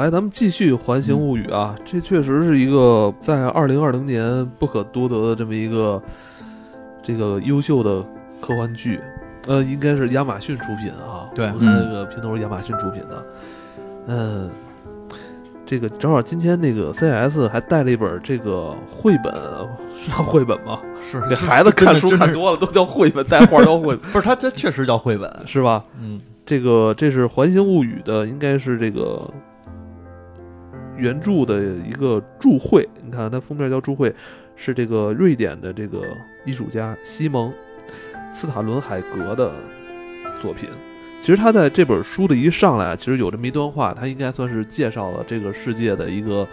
来，咱们继续《环形物语》啊，这确实是一个在二零二零年不可多得的这么一个这个优秀的科幻剧，呃，应该是亚马逊出品啊。对我看这个片头是亚马逊出品的。嗯，这个正好今天那个 CS 还带了一本这个绘本，啊是叫绘本吗？是给是孩子真的看书真的看是多了都叫绘本，带画儿叫绘本不是它这确实叫绘本，是吧？嗯，这个这是《环形物语》的，应该是这个原著的一个注会。你看它封面叫注会，是这个瑞典的这个艺术家西蒙斯塔伦海格的作品。其实他在这本书的一上来，其实有这么一段话，他应该算是介绍了这个世界的一个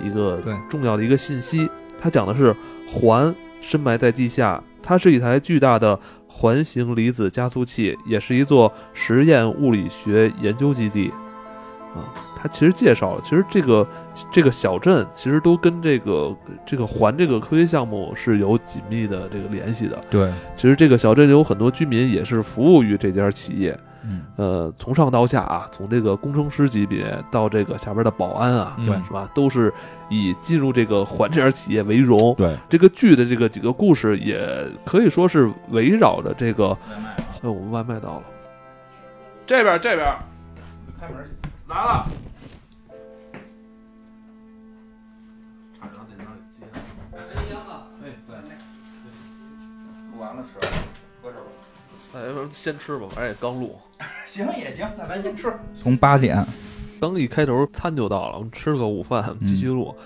一个对重要的一个信息。他讲的是环深埋在地下，它是一台巨大的环形离子加速器，也是一座实验物理学研究基地。啊，他其实介绍了，其实这个这个小镇其实都跟这个这个环这个科学项目是有紧密的这个联系的。对，其实这个小镇有很多居民也是服务于这家企业，嗯，呃，从上到下啊，从这个工程师级别到这个下边的保安啊，对是吧，都是以进入这个环这家企业为荣。对，这个剧的这个几个故事，也可以说是围绕着这个。哎，我们外卖到了，这边这边，开门去，来了。差点让那边接了哎，对，录完了吃，喝着吧。哎，要不然先吃吧，反正也刚录。行也行，那咱先吃。从八点，刚一开头餐就到了，我们吃了个午饭，继续录。嗯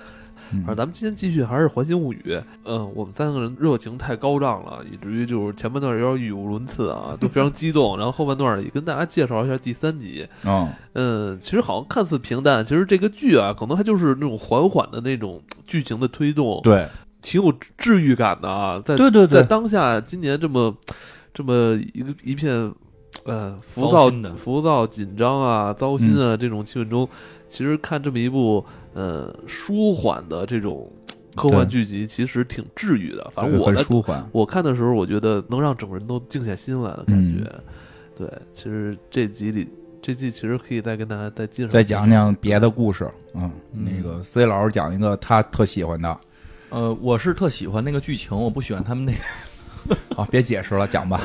反正咱们今天继续还是《环形物语》。嗯，我们三个人热情太高涨了，以至于就是前半段有点语无伦次啊，都非常激动。然后后半段也跟大家介绍一下第三集。嗯，嗯，其实好像看似平淡，其实这个剧啊，可能它就是那种缓缓的那种剧情的推动，对，挺有治愈感的啊。在对对在对，当下今年这么这么一个一片呃浮糟躁心的嗯浮躁紧张啊糟心啊、这种气氛中，其实看这么一部呃舒缓的这种科幻剧集，其实挺治愈的。反正我很的舒缓。我看的时候，我觉得能让整个人都静下心来的感嗯觉。对，其实这集里这季其实可以再跟大家再介绍再讲讲别的故事，嗯，嗯那个 C 老师讲一个他特喜欢的，呃，我是特喜欢那个剧情，我不喜欢他们那个好，别解释了，讲吧，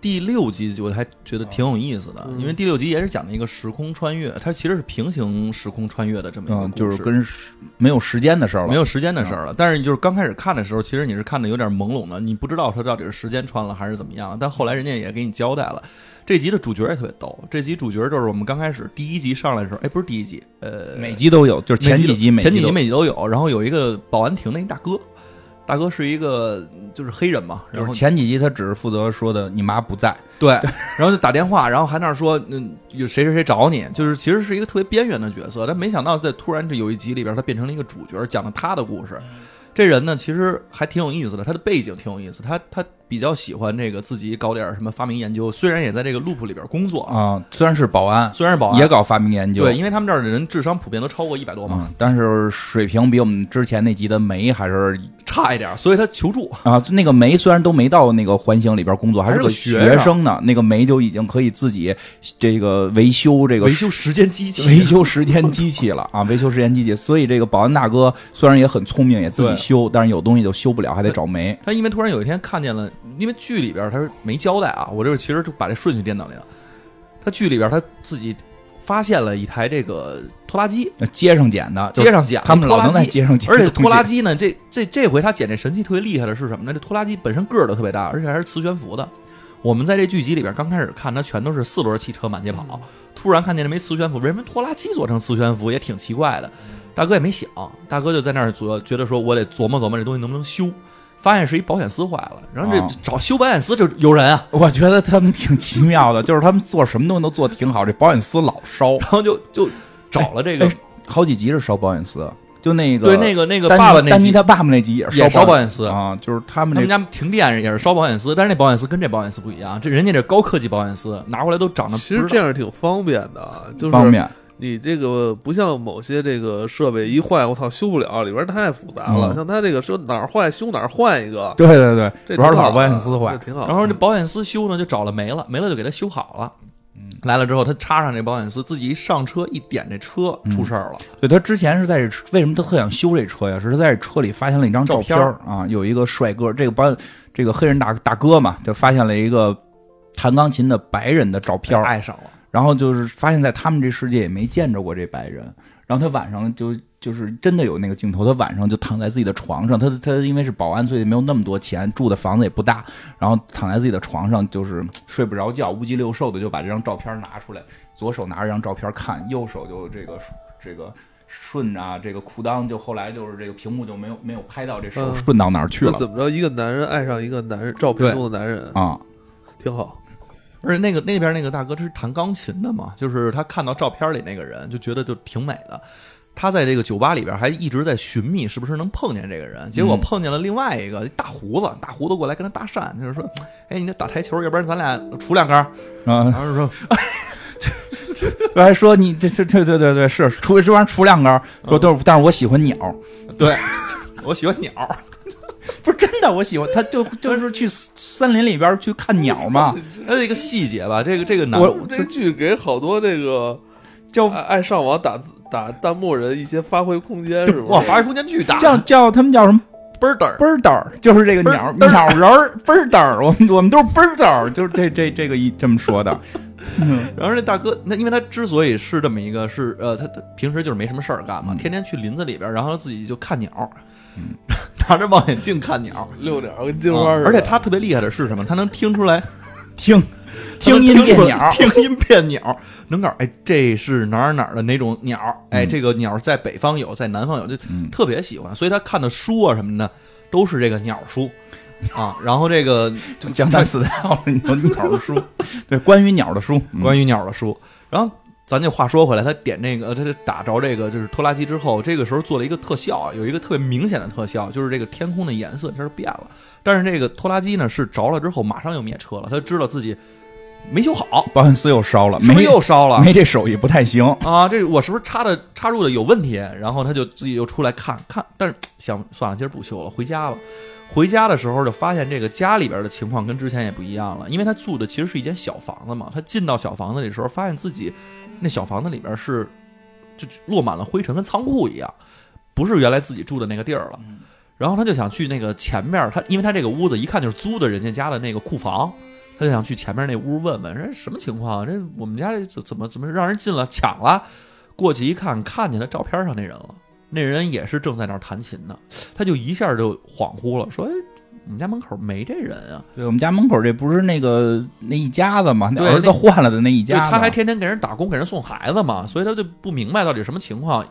第六集，我还觉得挺有意思的，嗯因为第六集也是讲了一个时空穿越，它其实是平行时空穿越的这么一个嗯，故事，就是跟时没有时间的事儿了，嗯没有时间的事儿了。但是你就是刚开始看的时候，其实你是看的有点朦胧的，你不知道它到底是时间穿了还是怎么样。但后来人家也给你交代了。这集的主角也特别逗，这集主角就是我们刚开始第一集上来的时候，哎，不是第一集，呃，每集都有，就是前每几集前几几集都每集都有。然后有一个保安亭那大哥，大哥是一个就是黑人嘛，然就后是前几集他只是负责说的你妈不在，对，然后就打电话，然后还那儿说，嗯，有谁谁谁找你，就是其实是一个特别边缘的角色，但没想到在突然这有一集里边，他变成了一个主角，讲了他的故事。这人呢，其实还挺有意思的，他的背景挺有意思，他他比较喜欢这个自己搞点儿什么发明研究，虽然也在这个 loop 里边工作，啊，虽然是保安，虽然是保安，也搞发明研究，对，因为他们这儿的人智商普遍都超过一百多嘛，嗯，但是水平比我们之前那集的梅还是差一点儿，所以他求助。啊，那个梅虽然都没到那个环形里边工作，还还是是个个学学生呢，那个梅就已经可以自己这个维修这个维修时间机器， 维修时间机器 了啊，维修时间机器。所以这个保安大哥虽然也很聪明，也自己对修，但是有东西就修不了，还得找煤。他因为突然有一天看见了，因为剧里边他是没交代啊，我这其实就把这顺序颠倒了。他剧里边他自己发现了一台这个拖拉机，那街上捡的，就街上捡他们老能拖拉在机。街上捡，而且拖拉。机呢，这这这回他捡这神器特别厉害的是什么呢？这拖拉机本身个儿都特别大，而且还是磁悬浮的。我们在这剧集里边刚开始看，它全都是四轮汽车满街跑，突然看见这枚磁悬浮，人们拖拉机做成磁悬浮也挺奇怪的。大哥也没想，大哥就在那儿琢觉得说，我得琢磨琢磨这东西能不能修。发现是一保险丝坏了，然后这啊找修保险丝就有人啊， 我觉得他们挺奇妙的，就是他们做什么东西都做挺好，这保险丝老烧，然后就就找了这个，哎好几集是烧保险丝，就那个对那个那个丹尼爸爸那丹尼集他爸爸那集也是也烧保保险丝，啊，就是他们他这们家停电也是烧保险丝，但是那保险丝跟这保险丝不一样，这人家这高科技保险丝拿过来都长得其实这样挺方便的啊，就是方面你这个不像某些这个设备一坏，我操修不了，里边太复杂了。嗯像它这个说哪儿坏修哪儿换一个，对对对，这主要是挺好老的保险丝坏这，挺好的。然后这保险丝修呢就找了没了，没了就给它修好了。嗯来了之后，他插上这保险丝，自己一上车一点这车嗯出事儿了。对他之前是在这车，为什么他特想修这车呀？是他在这车里发现了一张照片照儿啊，有一个帅哥，这个帮这个黑人大大哥嘛，就发现了一个弹钢琴的白人的照片被儿，哎爱上了，然后就是发现在他们这世界也没见着过这白人。然后他晚上就就是真的有那个镜头，他晚上就躺在自己的床上，他他因为是保安，所以没有那么多钱，住的房子也不大，然后躺在自己的床上就是嗯睡不着觉，乌鸡六兽的就把这张照片拿出来，左手拿着张照片看，右手就这个这个顺啊，这个裤裆就后来就是这个屏幕就没有没有拍到这手嗯顺到哪儿去这了怎么着？一个男人爱上一个男人，照片中的男人，啊、挺好。而且那个那边那个大哥是弹钢琴的嘛，就是他看到照片里那个人，就觉得就挺美的。他在这个酒吧里边还一直在寻觅是不是能碰见这个人，结果嗯碰见了另外一个大胡子，大胡子过来跟他搭讪，就是说：“哎，你这打台球，要不然咱俩杵两杆儿。啊” 然后就说我还说你这这对对对对是，除这玩意儿除两杆儿，说都是，但是我喜欢鸟，：“对，我喜欢鸟。不是真的，我喜欢，他 就就是去森林里边去看鸟嘛，”还有一个细节吧，这个这个男我 这剧给好多这个叫啊爱爱上网打字打弹幕人一些发挥空间，是不是？哇，发挥空间巨大，叫叫他们叫什么倍儿嘚儿。 bird，儿就是这个嘚鸟儿嘚儿鸟人儿 bird，儿我们我们都是 bird，儿就是这这这个一这么 说的，嗯然后这大哥，那因为他之所以是这么一个，是呃，他他平时就是没什么事儿干嘛，嗯天天去林子里边，然后自己就看鸟，嗯 拿着望远镜看 鸟。啊六啊点儿跟金花似的，而且他特别厉害的是什么？他能听出 来，听他能听音辨出 鸟，听音辨鸟，能搞哎，这是哪儿哪儿的哪种鸟？哎，这个鸟在北方有，在南方有，就嗯特别喜欢。所以他看的书啊什么的，都是这个鸟书啊。然后这个 就江南四大了，你有鸟的书， 对，关于鸟的书，嗯于关于鸟的书。然后咱就话说回来，他点那个，他就打着这个就是拖拉机之后，这个时候做了一个特效啊，有一个特别明显的特效，就是这个天空的颜色一下就变了。但是这个拖拉机呢是着了之后马上就灭车了，他知道自己没修好，保险丝又烧了，是不没是又烧了？没这手艺不太行，啊，这我是不是插的插入的有问题？然后他就自己又出来看看，但是想算了，今儿不修了，回家吧。回家的时候就发现这个家里边的情况跟之前也不一样了，因为他住的其实是一间小房子嘛。他进到小房子里的时候，发现自己那小房子里边是就落满了灰尘，跟仓库一样，不是原来自己住的那个地儿了。然后他就想去那个前面儿，他因为他这个屋子一看就是租的人家家的那个库房，他就想去前面那屋问问，人什么情况啊？这我们家这怎怎么怎么让人进了抢了？过去一看，看见他照片上那人了，那人也是正在那儿弹琴呢，他就一下就恍惚了，说：“哎，我们家门口没这人啊对我们家门口这不是那个那一家子嘛，那对儿子那换了的那一！”就家子，他还天天给人打工，给人送孩子嘛，所以他就不明白到底什么情况，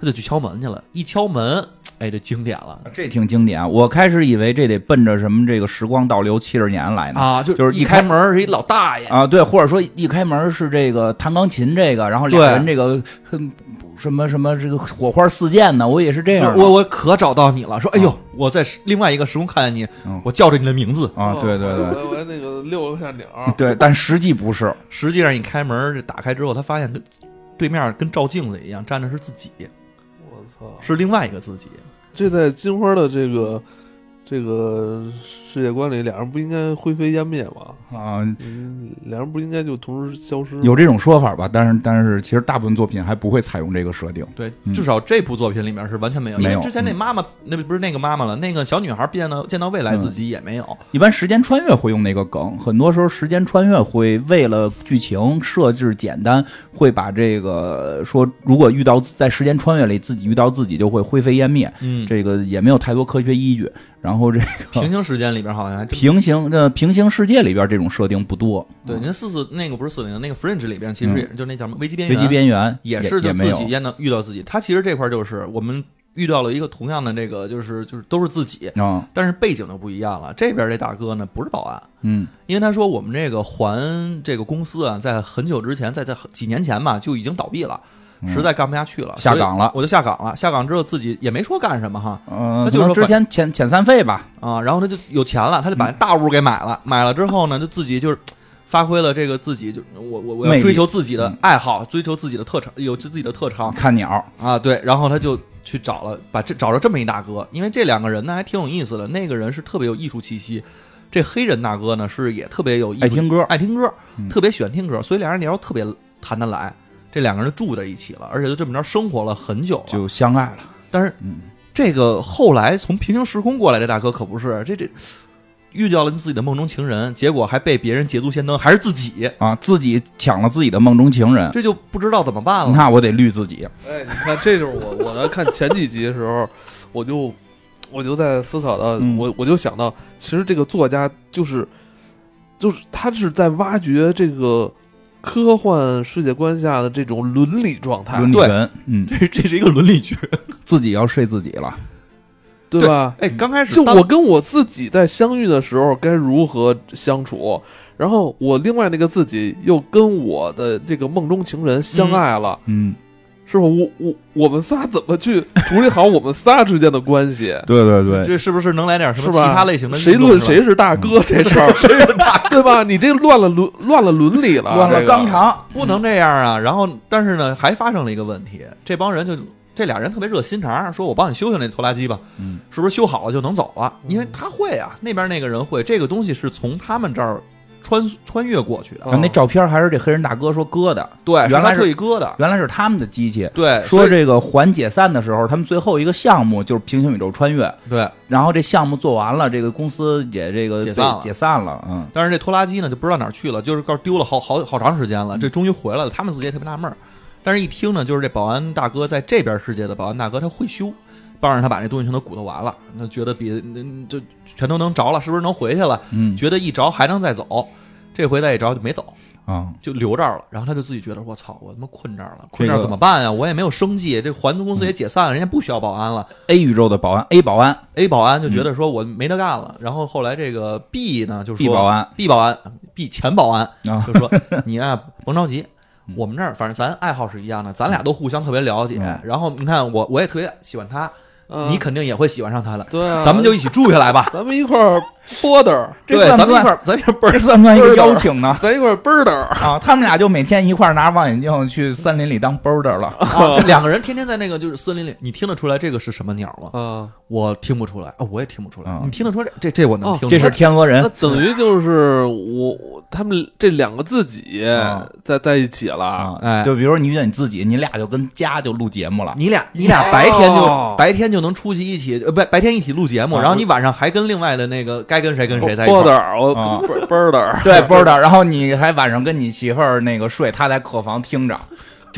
他就去敲门去了。一敲门，哎，这经典了这挺经典啊，我开始以为这得奔着什么这个时光倒流七十年来呢。啊！就就是一一开开门是一老大爷，啊，对，或者说一开门是这个弹钢琴这个，然后俩对人这个哼什么什么这个火花四溅呢，我也是这样就的。是我我可找到你了，说哎呦啊，我在另外一个时空看见你嗯，我叫着你的名字。啊，对对 对我我那个遛了下鸟，对，但实际不是，实际上一开门，这打开之后，他发现跟对面跟照镜子一样站的是自己，我操！是另外一个自己。这在金花的这个这个世界观里，俩人不应该灰飞烟灭吗？啊，嗯，俩人不应该就同时消失吗？有这种说法吧？但是但是其实大部分作品还不会采用这个设定。对嗯，至少这部作品里面是完全没有，没有因为之前那妈妈，那不是那个妈妈了，那个小女孩见到见到未来嗯自己也没有。一般时间穿越会用那个梗，很多时候时间穿越会为了剧情设置简单，会把这个说如果遇到在时间穿越里自己遇到自己就会灰飞烟灭，嗯，这个也没有太多科学依据。然后这个平行时间里边好像还真平行的平行世界里边这种设定不多，嗯对，您四四那个不是四零，那个 Fringe 里边其实也是就那叫什么危机边危缘，机边缘也是就也没自有己。验到遇到自己。他其实这块就是我们遇到了一个同样的这个，就是就是都是自己，啊，但是背景就不一样了。这边这大哥呢不是保安，嗯因为他说我们这个还这个公司啊，在很久之前，在在很几年前吧，就已经倒闭了，嗯实在干不下去了，下岗了所以我就下岗了。下岗之后自己也没说干什么哈嗯，那就是可能说之前遣遣散费吧，啊，然后他就有钱了，他就把大屋给买了，嗯买了之后呢，就自己就是。发挥了这个自己就我我我魅要力追求自己的嗯爱好，追求自己的特长，有自己的特长看鸟，啊，对，然后他就去找了，把这找着这么一大哥，因为这两个人呢还挺有意思的，那个人是特别有艺术气息，这黑人大哥呢是也特别有艺术爱听歌爱听歌，嗯特别喜欢听歌，所以俩人聊得特别谈得来。这两个人住在一起了，而且就这么着生活了很久了。就相爱了。但是嗯，这个后来从平行时空过来的大哥可不是这这，遇到了自己的梦中情人，结果还被别人捷足先登，还是自己，啊，自己抢了自己的梦中情人，这就不知道怎么办了。那我得绿自己。哎，你看，这就是我我在看前几集的时候，我就我就在思考到，嗯我我就想到，其实这个作家就是就是他是在挖掘这个科幻世界观下的这种伦理状态，伦理哎对文，嗯， 这这是一个伦 理剧，自己要睡自己了。对吧？哎，刚开始就当我跟我自己在相遇的时候该如何相处，然后我另外那个自己又跟我的这个梦中情人相爱了，嗯，是吧？我我我们仨怎么去处理好我们仨之间的关系？对对对，这是不是能来点 什么是其吧？他类型的运动？谁论是吧嗯谁是大哥这事儿，谁是大 对吧？你这乱了伦乱了伦理啊了，乱了这个肛。肠。不能这样啊！然后，但是呢，还发生了一个问题，这帮人就这俩人特别热心肠，说我帮你修修那拖拉机吧，嗯，是不是修好了就能走了？因为他会啊，那边那个人会，这个东西是从他们这儿穿穿越过去的，啊然后那照片还是这黑人大哥说割的，对，哦原来是是他特意割的，原来是他们的机器。对，哎所说以这个环解散的时候，他们最后一个项目就是平行宇宙穿越，对，然后这项目做完了，这个公司也这个解散了被解散了，嗯，但是这拖拉机呢就不知道哪儿去了，就是告丢了好好好长时间嗯了，这终于回来了，他们自己也特别纳闷儿。但是，一听呢，就是这保安大哥在这边世界的保安大哥，他会修，帮着他把这东西全都鼓捣完了，那觉得比那那就全都能着了，是不是能回去了？嗯觉得一着还能再走，这回再一着就没走，啊，就留这儿了。然后他就自己觉得，我操，我他妈困这儿了，个嗯困这儿怎么办呀？我也没有生计，这环租公司也解散了，人家不需要保安了。 A 宇宙的保安，A 保安 A 保安就觉得说我没得干了。然后后来这个 B 呢就说嗯 B 保安，B 保安，B 前保安啊，就 说你啊甭着急。我们这儿反正咱爱好是一样的，咱俩都互相特别了解。哎嗯然后你看我，我也特别喜欢他，嗯你肯定也会喜欢上他的。对啊，咱们就一起住下来吧。咱们一块儿波的，嗯这对，算咱不们一算块儿，咱一块儿 倍儿这算不算一个邀请呢？咱一块儿奔儿的，啊，他们俩就每天一块儿拿着望远镜去森林里当 boulder 了，啊，这两个人天天在那个就是森林里，你听得出来这个是什么鸟吗？啊，我听不出来，啊，我也听不出来啊。你听得出来？这这我能哦听出这来。是天鹅那人，等于就是我我他们这两个自己啊在在一起了，啊，哎就比如说你遇见你自己，你俩就跟家就录节目了，你俩你俩白天哦就白天就能出去一起，呃，白白天一起录节目，啊然后你晚上还跟另外的那个该跟谁跟谁在一波块儿。的，我啊奔儿的， 对 boulder，然后你还晚上跟你媳妇儿那个睡，她在客房听着，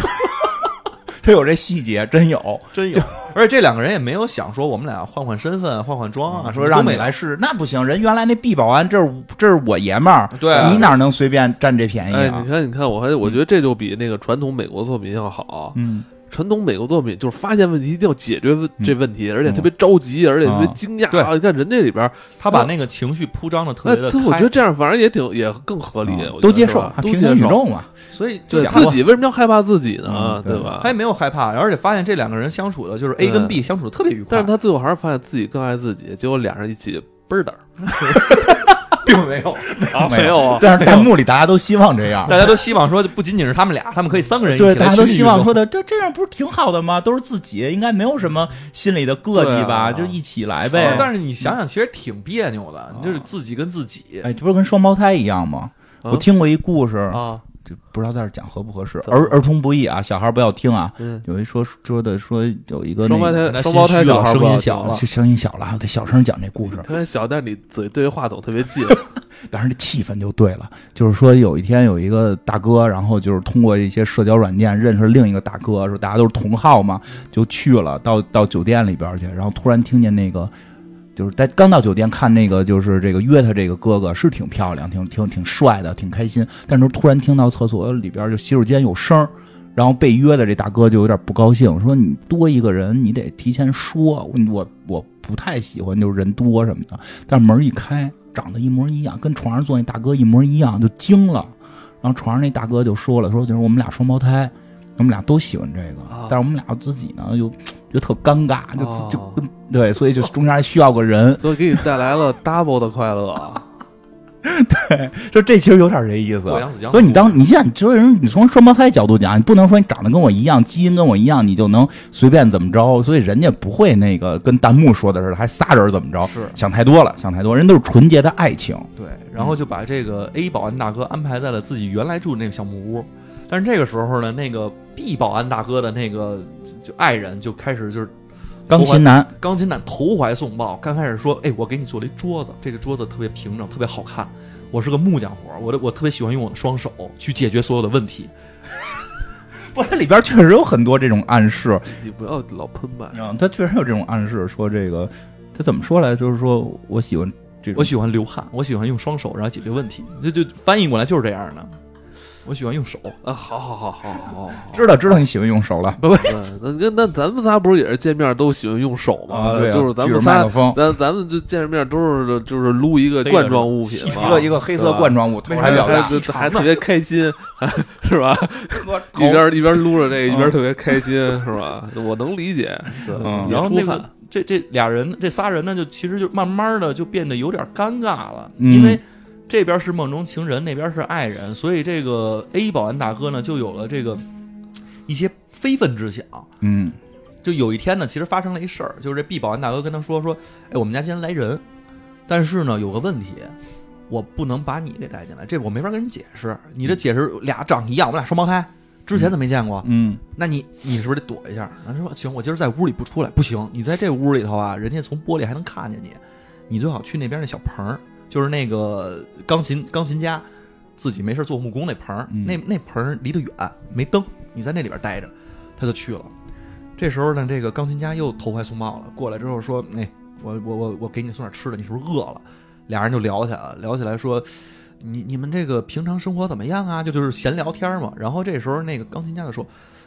他有这细节，真有。真有， 而且这两个人也没有想说我们俩换换身份、换换妆啊，说什么让都没你来试，那不行，人原来那 B 保安，这是这是我爷们儿，对啊你哪能随便占这便宜哎，啊你？看，你看，我还我觉得这就比那个传统美国作品要好，嗯，传统美国作品就是发现问题一定要解决问嗯这问题，而且特别着急，而且特别啊惊讶。对啊你看人这里边儿，他把那个情绪铺张的特那别的呃我觉开得，这样反而也挺也更合理，啊我觉得都接是受吧，都平接行宇受。宙嘛，所以就对想自过己为什么要害怕自己呢？嗯对吧他？也没有害怕，而且发现这两个人相处的就是 A 跟 B 相处的特别愉快。但是他最后还是发现自己更爱自己，结果俩人一起倍儿的并没有，啊没有啊，但是弹幕里大家都希望这样，大家都希望说，不仅仅是他们俩，他们可以三个人一起来对，大家都去希望运说动的，这这样不是挺好的吗？都是自己，应该没有什么心里的膈对气啊吧？就一起来呗。但是你想想，其实挺别扭的，你就是自己跟自己。哎，这不是跟双胞胎一样吗？啊我听过一故事，啊，这不知道在这讲合不合适，怎么儿儿童不宜啊，小孩不要听啊。嗯，有一说说的说有一个双那胞个胎那双胞心胎虚了小孩声不音好小听啊了这声音小了，我得小声讲这故事。特别小，但是你嘴对着话筒特别近，但是这气氛就对了，就是说有一天有一个大哥，然后就是通过一些社交软件认识另一个大哥，说大家都是同号嘛，就去了到到酒店里边去，然后突然听见那个。就是在刚到酒店看那个，就是这个约他这个哥哥是挺漂亮，挺挺挺帅的，挺开心。但是突然听到厕所里边就洗手间有声儿，然后被约的这大哥就有点不高兴，说你多一个人，你得提前说，我我不太喜欢就是人多什么的。但门一开，长得一模一样，跟床上坐那大哥一模一样，就惊了。然后床上那大哥就说了，说就是我们俩双胞胎，我们俩都喜欢这个，啊但是我们俩自己呢又就特尴尬，就自、就哦 跟对，所以就中间还需要个人。啊所以给你带来了 double 的快乐。就这其实有点这意思过。扬子江。所以你当你像你所有人，你从双胞胎角度讲，你不能说你长得跟我一样，基因跟我一样，你就能随便怎么着。所以人家不会那个跟弹幕说的似的，还仨人怎么着，是想太多了，想太多，人都是纯洁的爱情。对，然后就把这个 A 保安大哥安排在了自己原来住的那个小木屋。但是这个时候呢，那个 B 保安大哥的那个就爱人就开始就是钢琴男，钢琴男投怀送抱，刚开始说：“哎，我给你做了一桌子，这个桌子特别平整，特别好看。我是个木匠活儿，我的我特别喜欢用我的双手去解决所有的问题。不，它里边确实有很多这种暗示， 你不要老喷麦。嗯，它确实有这种暗示，说这个他怎么说来，就是说我喜欢这种我，喜欢流汗，我喜欢用双手然后解决问题。就就翻译过来就是这样的。我喜欢用手，啊，好好好好好好，知道知道你喜欢用手了。不不，那那那咱们仨不是也是见面都喜欢用手吗？对啊，就是咱举着们麦仨克，风，咱咱们就见着面都是就是撸一个罐装物品嘛，一个一个黑色罐装物，头对吧，还比较大，还还特别开心， 是 吧？喝一头边一边撸着这个，嗯一边特别开心，是吧？我能理解，嗯也然后啊出那汗个这这俩人这仨人呢，就其实就慢慢的就变得有点尴尬了，嗯因为这边是梦中情人，那边是爱人，所以这个 A 保安大哥呢就有了这个一些非分之想。嗯就有一天呢，其实发生了一事儿，就是这 B 保安大哥跟他说说，哎，我们家今天来人，但是呢有个问题，我不能把你给带进来，这我没法跟人解释。你的解释俩长一样，我们俩双胞胎，之前怎么没见过？嗯那你你是不是得躲一下？然后说行，我今儿在屋里不出来，不行，你在这屋里头啊，人家从玻璃还能看见你，你最好去那边那小棚儿，就是那个钢琴钢琴家自己没事做木工那棚儿，嗯那那棚儿离得远，没灯，你在那里边待着，他就去了。这时候呢，这个钢琴家又投怀送抱了，过来之后说：“哎，我我我我给你送点吃的，你是不是饿了？”俩人就聊起来了，聊起来说：“你你们这个平常生活怎么样啊？”就就是闲聊天嘛。然后这时候那个钢琴家就说：“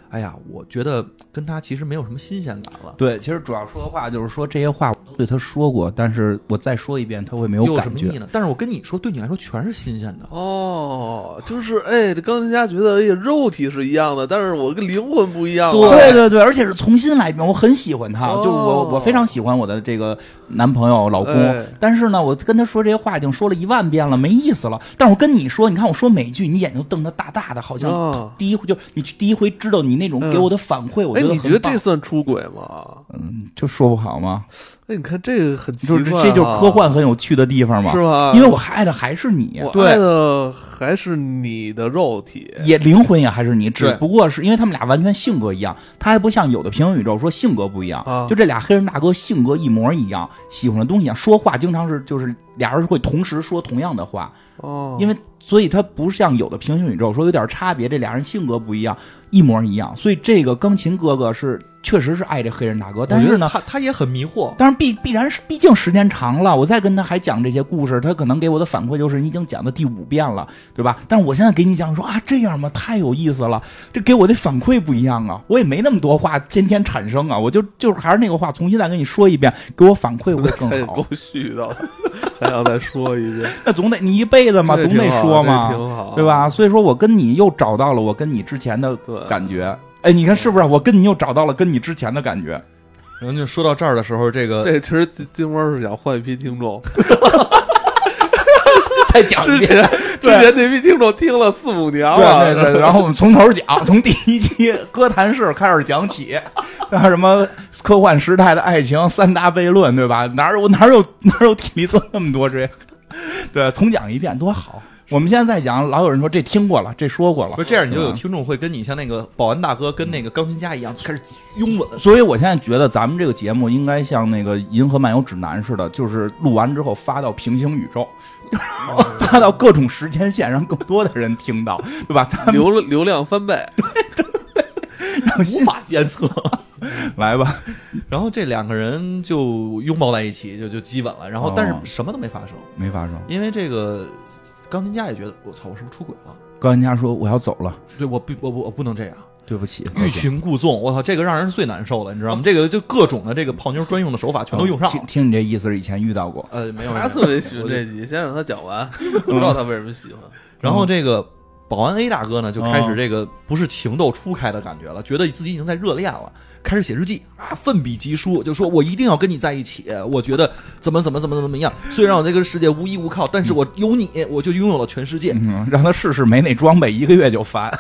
哎呀，我觉得跟他其实没有什么新鲜感了。对，其实主要说的话就是说这些话我都对他说过，但是我再说一遍他会没又有什感么觉意义。呢？但是我跟你说，对你来说全是新鲜的。哦，就是哎，这钢琴家觉得哎呀，肉体是一样的，但是我跟灵魂不一样了。对对对，而且是重新来一遍，我很喜欢他，哦就是我我非常喜欢我的这个男朋友老公，哎但是呢，我跟他说这些话已经说了一万遍了，没意思了。但是我跟你说，你看我说每一句，你眼睛瞪得大大的，好像啊，第一回、就是你第一回知道你那种嗯给我的反馈，我哎，觉得你觉很得棒。这算出轨吗？嗯，就说不好吗？哎，你看这个很奇就怪是啊，这就是科幻很有趣的地方嘛，是吧？因为我爱的还是你，我爱的还是你的肉体。也灵魂也还是你，只对不过是因为他们俩完全性格一样，他还不像有的平行宇宙说性格不一样，啊就这俩黑人大哥性格一模一样，喜欢的东西一样，说话经常是就是俩人会同时说同样的话，哦，因为所以他不像有的平行宇宙说有点差别，这俩人性格不一样，一模一样，所以这个钢琴哥哥是确实是爱这黑人大哥，但我觉是得呢，他他也很迷惑。当然必必然是，毕竟时间长了，我再跟他还讲这些故事，他可能给我的反馈就是你已经讲到第五遍了，对吧？但是我现在给你讲说啊，这样吗？太有意思了，这给我的反馈不一样啊，我也没那么多话天天产生啊，我就就是还是那个话，重新再跟你说一遍，给我反馈会太更哎够 好。絮叨了，还想再说一遍，那总得你一辈子嘛，这总挺得好说这嘛，挺好，对？吧？所以说我跟你又找到了我跟你之前的对感觉，哎，你看是不是？我跟你又找到了跟你之前的 感觉。然后就说到这儿的时候，这个这其实金金花是想换一批听众，再讲之一前遍。之前那批听众听了四五年了，对 对对，然后我们从头讲，从第一期哥谭市开始讲起，像什么科幻时代的爱情三大悖论，对吧？哪有哪有哪有体力做那么多这？对，重讲一遍多好。我们现在在讲，老有人说这听过了，这说过了不，是这样，你就有对吧听众会跟你像那个保安大哥跟那个钢琴家一样开始拥吻。所以我现在觉得咱们这个节目应该像那个《银河漫游指南》似的，就是录完之后发到平行宇宙， 发到各种时间线，让更多的人听到，对吧？他 们流了流量翻倍，无法监测。 来吧，然后这两个人就拥抱在一起，就就激吻了。然后但是哦什么都没发生，没发生。因为这个钢琴家也觉得我操，我是不是出轨了？高人家说我要走了，对我不我不我不能这样，对不起，欲擒故纵，我操，这个让人最难受了，你知道吗？这个就各种的这个泡妞专用的手法全都用上听了。听你这意思是以前遇到过，呃，没有，没有他特别喜欢这集，先让他讲完，不知道他为什么喜欢。然后这个保安 A 大哥呢就开哦始这个不是情窦初开的感觉了，觉得自己已经在热恋了，开始写日记啊，奋笔疾书，就说我一定要跟你在一起，我觉得怎么怎么怎么怎么样，虽然我这个世界无依无靠，但是我有你，我就拥有了全世界。嗯，让他试试没那装备，一个月就烦。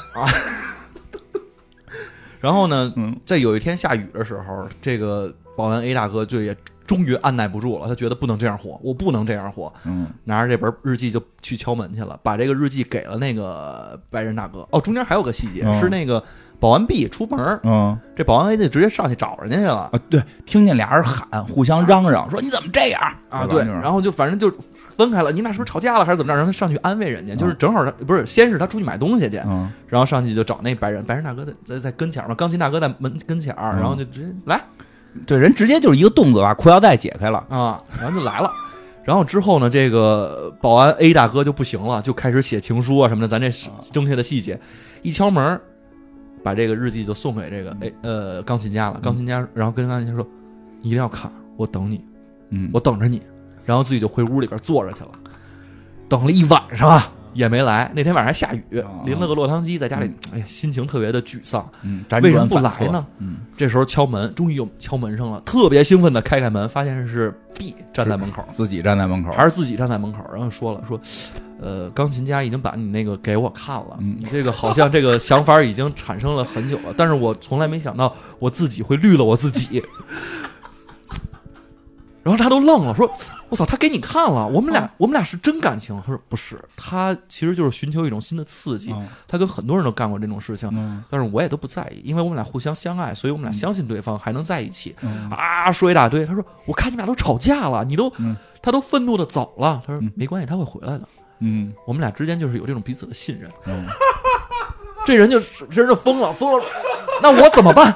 然后呢，嗯在有一天下雨的时候，这个保安 A 大哥就也终于按耐不住了，他觉得不能这样活，我不能这样活，嗯，拿着这本日记就去敲门去了，把这个日记给了那个白人大哥。哦，中间还有个细节、哦是那个保安 B 出门儿，嗯这保安 A 就直接上去找人家去了啊，对，听见俩人喊，互相嚷嚷，说你怎么这样啊，对，然后就反正就分开了。你俩是不是吵架了还是怎么着？让他上去安慰人家，就是正好他不是先是他出去买东西去，嗯然后上去就找那白人，白人大哥在在在跟前儿嘛，钢琴大哥在门跟前儿，嗯然后就直接来对，人直接就是一个动作把裤腰带解开了。啊，然后就来了。然后之后呢，这个保安 A 大哥就不行了，就开始写情书啊什么的，咱这征切的细节。一敲门儿，把这个日记就送给这个 A 呃钢琴家了。钢琴家，然后跟钢琴家说：“你一定要看，我等你，嗯我等着你。”然后自己就回屋里边坐着去了，等了一晚上啊，也没来。那天晚上还下雨啊，淋了个落汤鸡，在家里，哎呀，心情特别的沮丧。嗯，辗转为什么不反侧来呢？嗯，这时候敲门，终于有敲门声了，特别兴奋的开开门，发现是 B 站在门口，自己站在门口，还是自己站在门口，然后说了说，呃，钢琴家已经把你那个给我看了，嗯你这个好像这个想法已经产生了很久了，但是我从来没想到我自己会绿了我自己。 然后他都愣了，说：“我操，他给你看了，我们啊俩、我们俩是真感情。”他说：“不是，他其实就是寻求一种新的刺啊激。他跟很多人都干过这种事情，嗯但是我也都不在意，因为我们俩互相相爱，所以我们俩相信对方还能在一起。嗯啊，说一大堆。他说：“我看你们俩都吵架了，你都，嗯他都愤怒的走了。”他说嗯：“没关系，他会回来的。嗯我们俩之间就是有这种彼此的信任。嗯， 这人就这人就疯了，疯了。那我怎么办？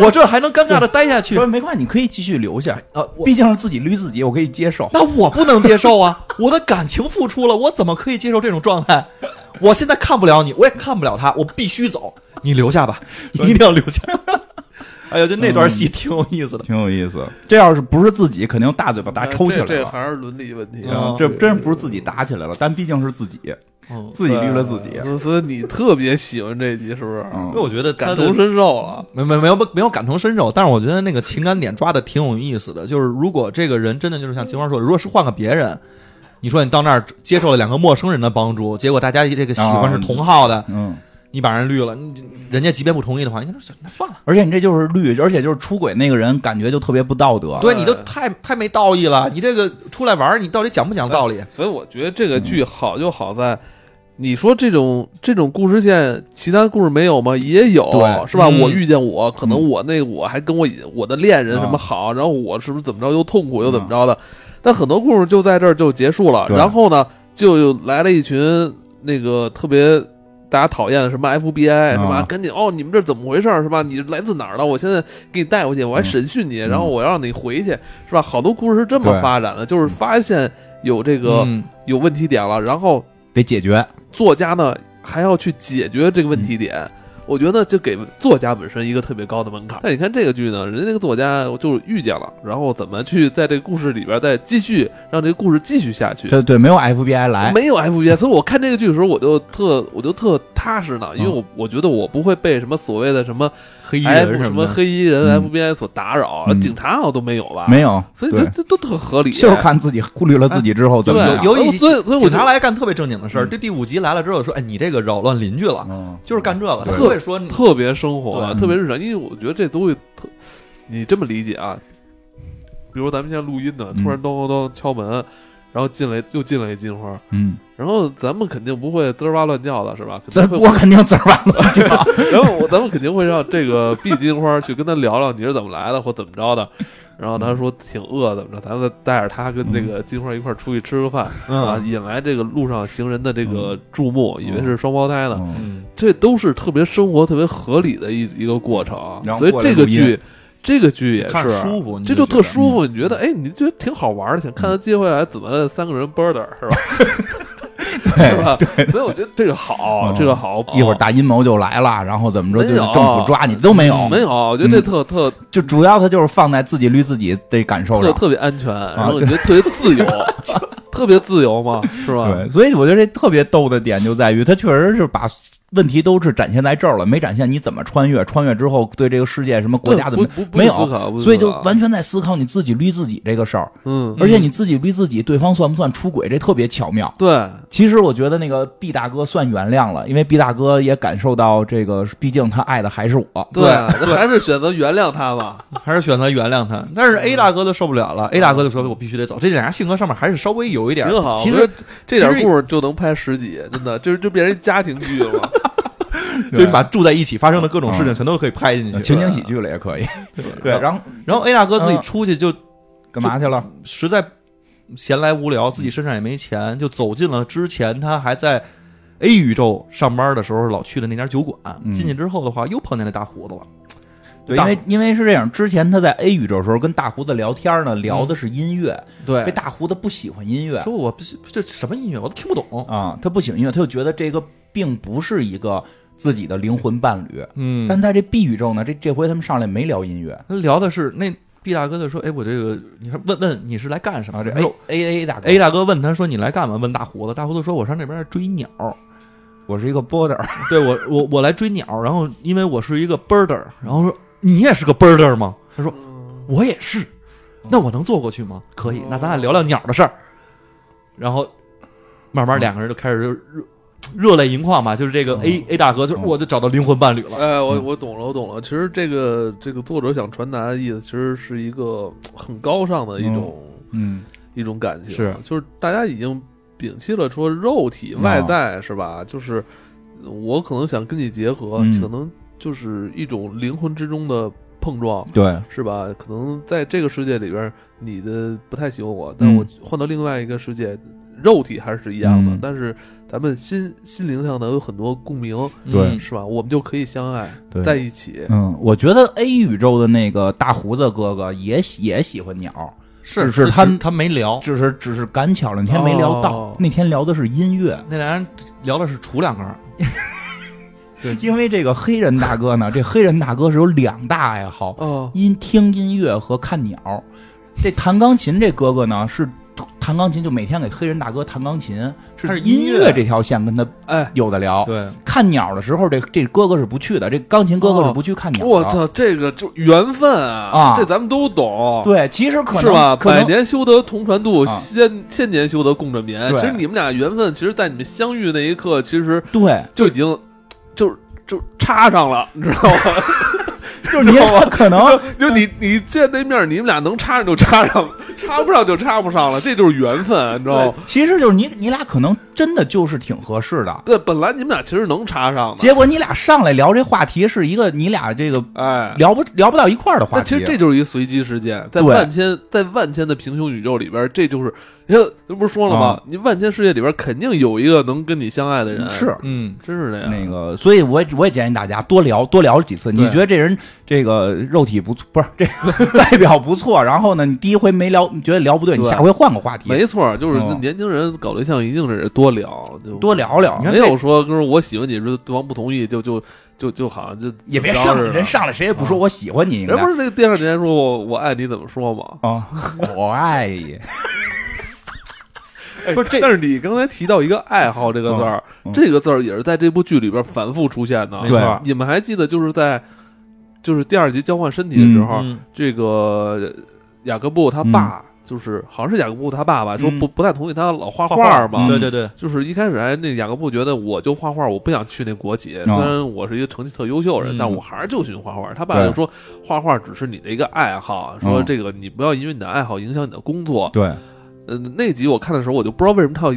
我这还能尴尬的待下去不？是没关系，你可以继续留下，呃，我毕竟是自己捋自己，我可以接受。那我不能接受啊！我的感情付出了，我怎么可以接受这种状态？我现在看不了你，我也看不了他，我必须走。你留下吧，你一定要留下。 哎呀，就那段嗯戏挺有意思的。挺有意思，这要是不是自己，肯定大嘴巴呃打抽啊起来这这了。还是伦理问题嗯啊啊，这真是不是自己打起来了，但毕竟是自己，嗯，自己绿了自己啊对。所以你特别喜欢这集，是不是？嗯因为我觉得他感的同身受了。没没没有没有感同身受，但是我觉得那个情感点抓的挺有意思的。就是如果这个人真的就是像金花说的，如果是换个别人，你说你到那儿接受了两个陌生人的帮助，结果大家这个喜欢啊是同号的，嗯，你把人绿了，你人家即便不同意的话，你跟他说那算了，而且你这就是绿，而且就是出轨那个人，感觉就特别不道德。对，你都太太没道义了，你这个出来玩儿，你到底讲不讲道理？所以我觉得这个剧好就好在，你说这种这种故事线，其他故事没有吗？也有，对嗯是吧？嗯我遇见我，可能我那我还跟我我的恋人什啊么好，然后我是不是怎么着又痛苦又怎么着的？但很多故事就在这儿就结束了，对然后呢，就又来了一群那个特别。大家讨厌的什么 FBI 是吧？啊赶紧哦，你们这怎么回事儿是吧？你来自哪儿的？我现在给你带回去，我还嗯审讯你，嗯然后我要让你回去是吧？好多故事是这么对发展的，就是发现有这个、嗯有问题点了，然后得解决。作家呢还要去解决这个问题点。我觉得就给作家本身一个特别高的门槛。但你看这个剧呢，人家那个作家就是遇见了，然后怎么去在这个故事里边再继续让这个故事继续下去。这对没有 FBI 来，没有 FBI，所以我看这个剧的时候，我就特我就特踏实呢，因为我、我觉得我不会被什么所谓的什么嗯黑衣 F 人什么么的，黑衣人嗯 FBI 所打扰，嗯警察好像都没有吧？没，有，啊所以对这这都特合理。啊就是看自己顾虑了自己之后怎么对啊样。有有一集所以所以我警觉察得来干特别正经的事儿。这第五集来了之后说，哎，你这个扰乱邻居了，啊嗯，就是干这个，他对不会说你特别生活，对特别日常。因为我觉得这东西特，你这么理解啊？比如咱们现在录音呢，嗯突然咚咚咚敲门，然后进来又进来一金花，嗯，然后咱们肯定不会滋儿哇乱叫的，是吧？肯这定会我，肯定滋儿吧乱叫。 然后我咱们肯定会让这个 B 金花去跟他聊聊你是怎么来的或怎么着的。然后他说挺饿，怎么着？咱们带着他跟这个金花一块儿出去吃个饭、啊，嗯引来这个路上行人的这个注目，以为是双胞胎呢。嗯嗯这都是特别生活、特别合理的一一个过程啊然，后所以过来这个录音剧，这个剧也看着是舒服，你这就觉得特舒服。你觉得，哎，你觉得挺好玩的，想嗯看他接回来怎么三个人 birder 是吧？是 对。吧？所以我觉得这个好，嗯这个好。哦一会儿大阴谋就来了，然后怎么着就没是有政府抓你都没有，嗯嗯没有，，我觉得这特特就主要他就是放在自己捋自己的感受特上，特别安全，然后啊 我觉得特别自由，特别自由嘛，是吧？对，所以我觉得这特别逗的点就在于，他确实是把问题都是展现在这儿了，没展现你怎么穿越，穿越之后对这个世界什么国家怎不么，不不没有思考，不思所以就考完全在思考你自己捋自己这个事儿，嗯，而且你自己捋自己，对方算不算出轨，这特别巧妙。对，其实我觉得那个毕大哥算原谅了，因为毕大哥也感受到这个，毕竟他爱的还是我。对，那还是选择原谅他吧。还是选择原谅他。但是 A 大哥就受不了了，A 大哥就说：“我必须得走。”这俩性格上面还是稍微有一点。挺好，其我觉实得这点其实故事就能拍十集，真的，就就变成家庭剧 了。就是把住在一起发生的各种事嗯情全都可以拍进去。呃情景喜剧了也可以，对，然后然后 A 大哥自己嗯出去就干嘛去了？实在闲来无聊，自嗯己身上也没钱，就走进了之前他还在 A 宇宙上班的时候老去的那家酒馆。嗯进去之后的话，又碰见那大胡子了。对，因大为因为是这样，之前他在 A 宇宙的时候跟大胡子聊天呢，聊的是音乐，对因为大胡子不喜欢音乐说我不是这什么音乐我都听不懂。啊，他不喜欢音乐，他就觉得这个并不是一个自己的灵魂伴侣。嗯但在这 B 宇宙呢，这这回他们上来没聊音乐他聊的是那毕大哥就说：“哎，我这个你看问问你是来干什么？”啊，这他说 A A A 大哥 A 大哥问他说：“你来干嘛？”问大胡子，大胡子说：“我上那边追鸟，我是一个 border，对我我我来追鸟，然后因为我是一个 birder，然后说你也是个 birder 吗？”他说：“我也是，那我能坐过去吗？可以，那咱俩聊聊鸟的事儿。”然后慢慢两个人就开始就热热泪盈眶吧，就是这个 A、A 大哥就是嗯我就找到灵魂伴侣了，哎，我我懂了，我懂了。其实这个这个作者想传达的意思，其实是一个很高尚的一种、嗯，一种感情，啊是就是啊大家已经摒弃了说肉体外在、是吧？就是我可能想跟你结合，嗯可能就是一种灵魂之中的碰撞。对，是吧？可能在这个世界里边，你的不太喜欢我，但我换到另外一个世界，肉体还是一样的，嗯但是咱们心心灵上的有很多共鸣，嗯对是吧？我们就可以相爱嗯对在一起。嗯，我觉得 A 宇宙的那个大胡子哥哥也喜也喜欢鸟，是只是他他没聊，只是只是赶巧了那天没聊到，哦那天聊的是音乐，那俩人聊的是杵两根儿，因为这个黑人大哥呢，这黑人大哥是有两大爱好，哦，音听音乐和看鸟。这弹钢琴这哥哥呢是弹钢琴，就每天给黑人大哥弹钢琴，他是是音音乐乐这条线跟他哎，有的聊。对。看鸟的时候，这这哥哥是不去的，这钢琴哥哥哦是不去看鸟的。我操，这个就缘分啊，啊这咱们都懂，对，其实可能是吧？可百能年修得同船渡，啊千千年修得共枕眠。对其实你们俩缘分，其实，在你们相遇那一刻，其实 对，就已经就就插上了，你知道吗？就是你我可能就你嗯你见那面，你们俩能插上就插上， 插不上就插不上了，这就是缘分，你知道对吗？，其实就是你你俩可能真的就是挺合适的。对，本来你们俩其实能插上的，结果你俩上来聊这话题是一个你俩这个哎。聊不聊不到一块儿的话那题。其实这就是一随机事件，在对万千在万千的平行宇宙里边，这就是你看，这不是说了吗？啊你万千世界里边肯定有一个能跟你相爱的人，是嗯，真是这样。那个，所以我也我也建议大家多聊多聊几次。你对觉得这人这个肉体不错，不是这 个外表不错，然后呢，你第一回没聊，你觉得聊不对，你对下回换个话题，没错，就是哦年轻人搞对象一定是多聊，就多聊聊你，看没这有说跟说我喜欢你，说对方不同意，就就就就好像就也别怎么上着来似的嗯人上来谁也不说我喜欢你，应该人不是那个电视节目说我我爱你怎么说吗？ 啊，我爱你，哎不是，但是你刚才提到一个爱好这个字儿，嗯嗯这个字儿也是在这部剧里边反复出现的。没错对你们还记得就是在就是第二集交换身体的时候，嗯这个雅各布他爸、就是好像是雅各布他爸爸说嗯不不太同意他老画画画嘛。嗯对对对，就是一开始还那雅各布觉得我就画画，我不想去那国啊企。虽然我是一个成绩特优秀的人，嗯但我还是就喜欢画画。他爸就对说画画只是你的一个爱好，说嗯这个你不要因为你的爱好影响你的工作。对，嗯，那集我看的时候，我就不知道为什么他要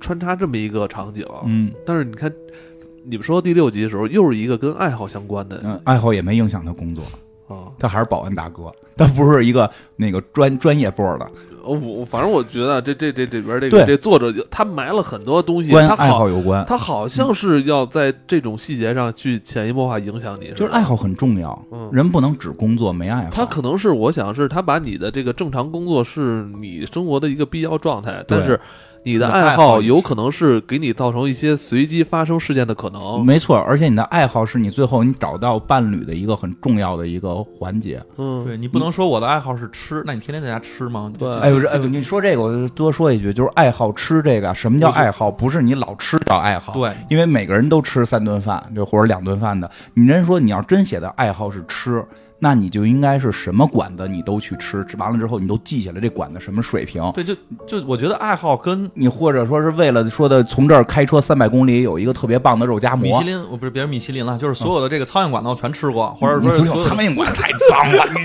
穿插这么一个场景。嗯但是你看，你们说到第六集的时候，又是一个跟爱好相关的嗯，爱好也没影响他工作，啊。他还是保安大哥，他不是一个那个专专业波的，我呃我反正我觉得啊这这这这里边这个对这作者就他埋了很多东西，关他爱好好有关，他好像是要在这种细节上去潜移默化影响你，就是吧爱好很重要，嗯。人不能只工作没爱好，他可能是我想是他把你的这个正常工作是你生活的一个必要状态，但是你的爱爱好好也有是可能是给你造成一些随机发生事件的可能。没错，而且你的爱好是你最后你找到伴侣的一个很重要的一个环节。嗯，对你不能说我的爱好是吃，那你天天在家吃吗？对哎，我说，哎，你说这个，我就多说一句，就是爱好吃这个，什么叫爱好？不是你老吃叫爱好，对，因为每个人都吃三顿饭，就或者两顿饭的。你人说你要真写的爱好是吃，那你就应该是什么馆子你都去吃，吃完了之后你都记下来这馆子什么水平。对，就就我觉得爱好跟你或者说是为了说的从这儿开车三百公里有一个特别棒的肉夹米馍其，林，我不是别人米其林了，就是所有的这个苍蝇馆子我全吃过，或者你说不是是有所有苍的蝇馆太脏了， 你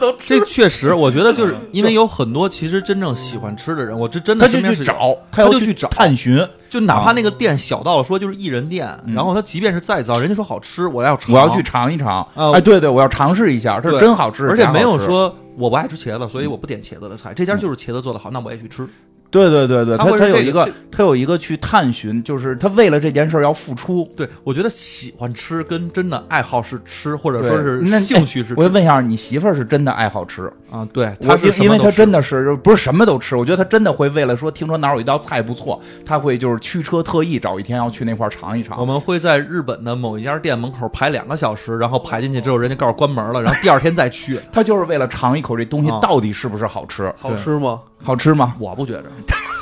都这确实，我觉得就是因为有很多其实真正喜欢吃的人，我这真的嗯他就身边是去有，找，啊他要就去去找探寻。就哪怕那个店小到了说就是一人店，然后他即便是再糟，人家说好吃，我要尝嗯我要去尝一尝，啊哎，对对，我要尝试一下，这是对真好吃，而且假好没有吃，嗯说我不爱吃茄子，所以我不点茄子的菜。这家就是茄子做的好，那我也去吃。对对对对，他他会他是有这一个个他有一个去探寻，就是他为了这件事儿要付出，对，我觉得喜欢吃跟真的爱好是吃，或者对说是那哎兴趣是我就问一下，你媳妇儿是真的爱好吃？啊，对，我他是什么因为都她吃真的是不是什么都吃，我觉得她真的会为了说，听说哪儿有一道菜不错，她会就是驱车特意找一天要去那块儿尝一尝我。们会在日本的某一家店门口排两个小时，然后排进去之后，人家告诉关门了，然后第二天再去。她就是为了尝一口这东西啊到底是不是好吃，好吃吗？好吃吗？我不觉着，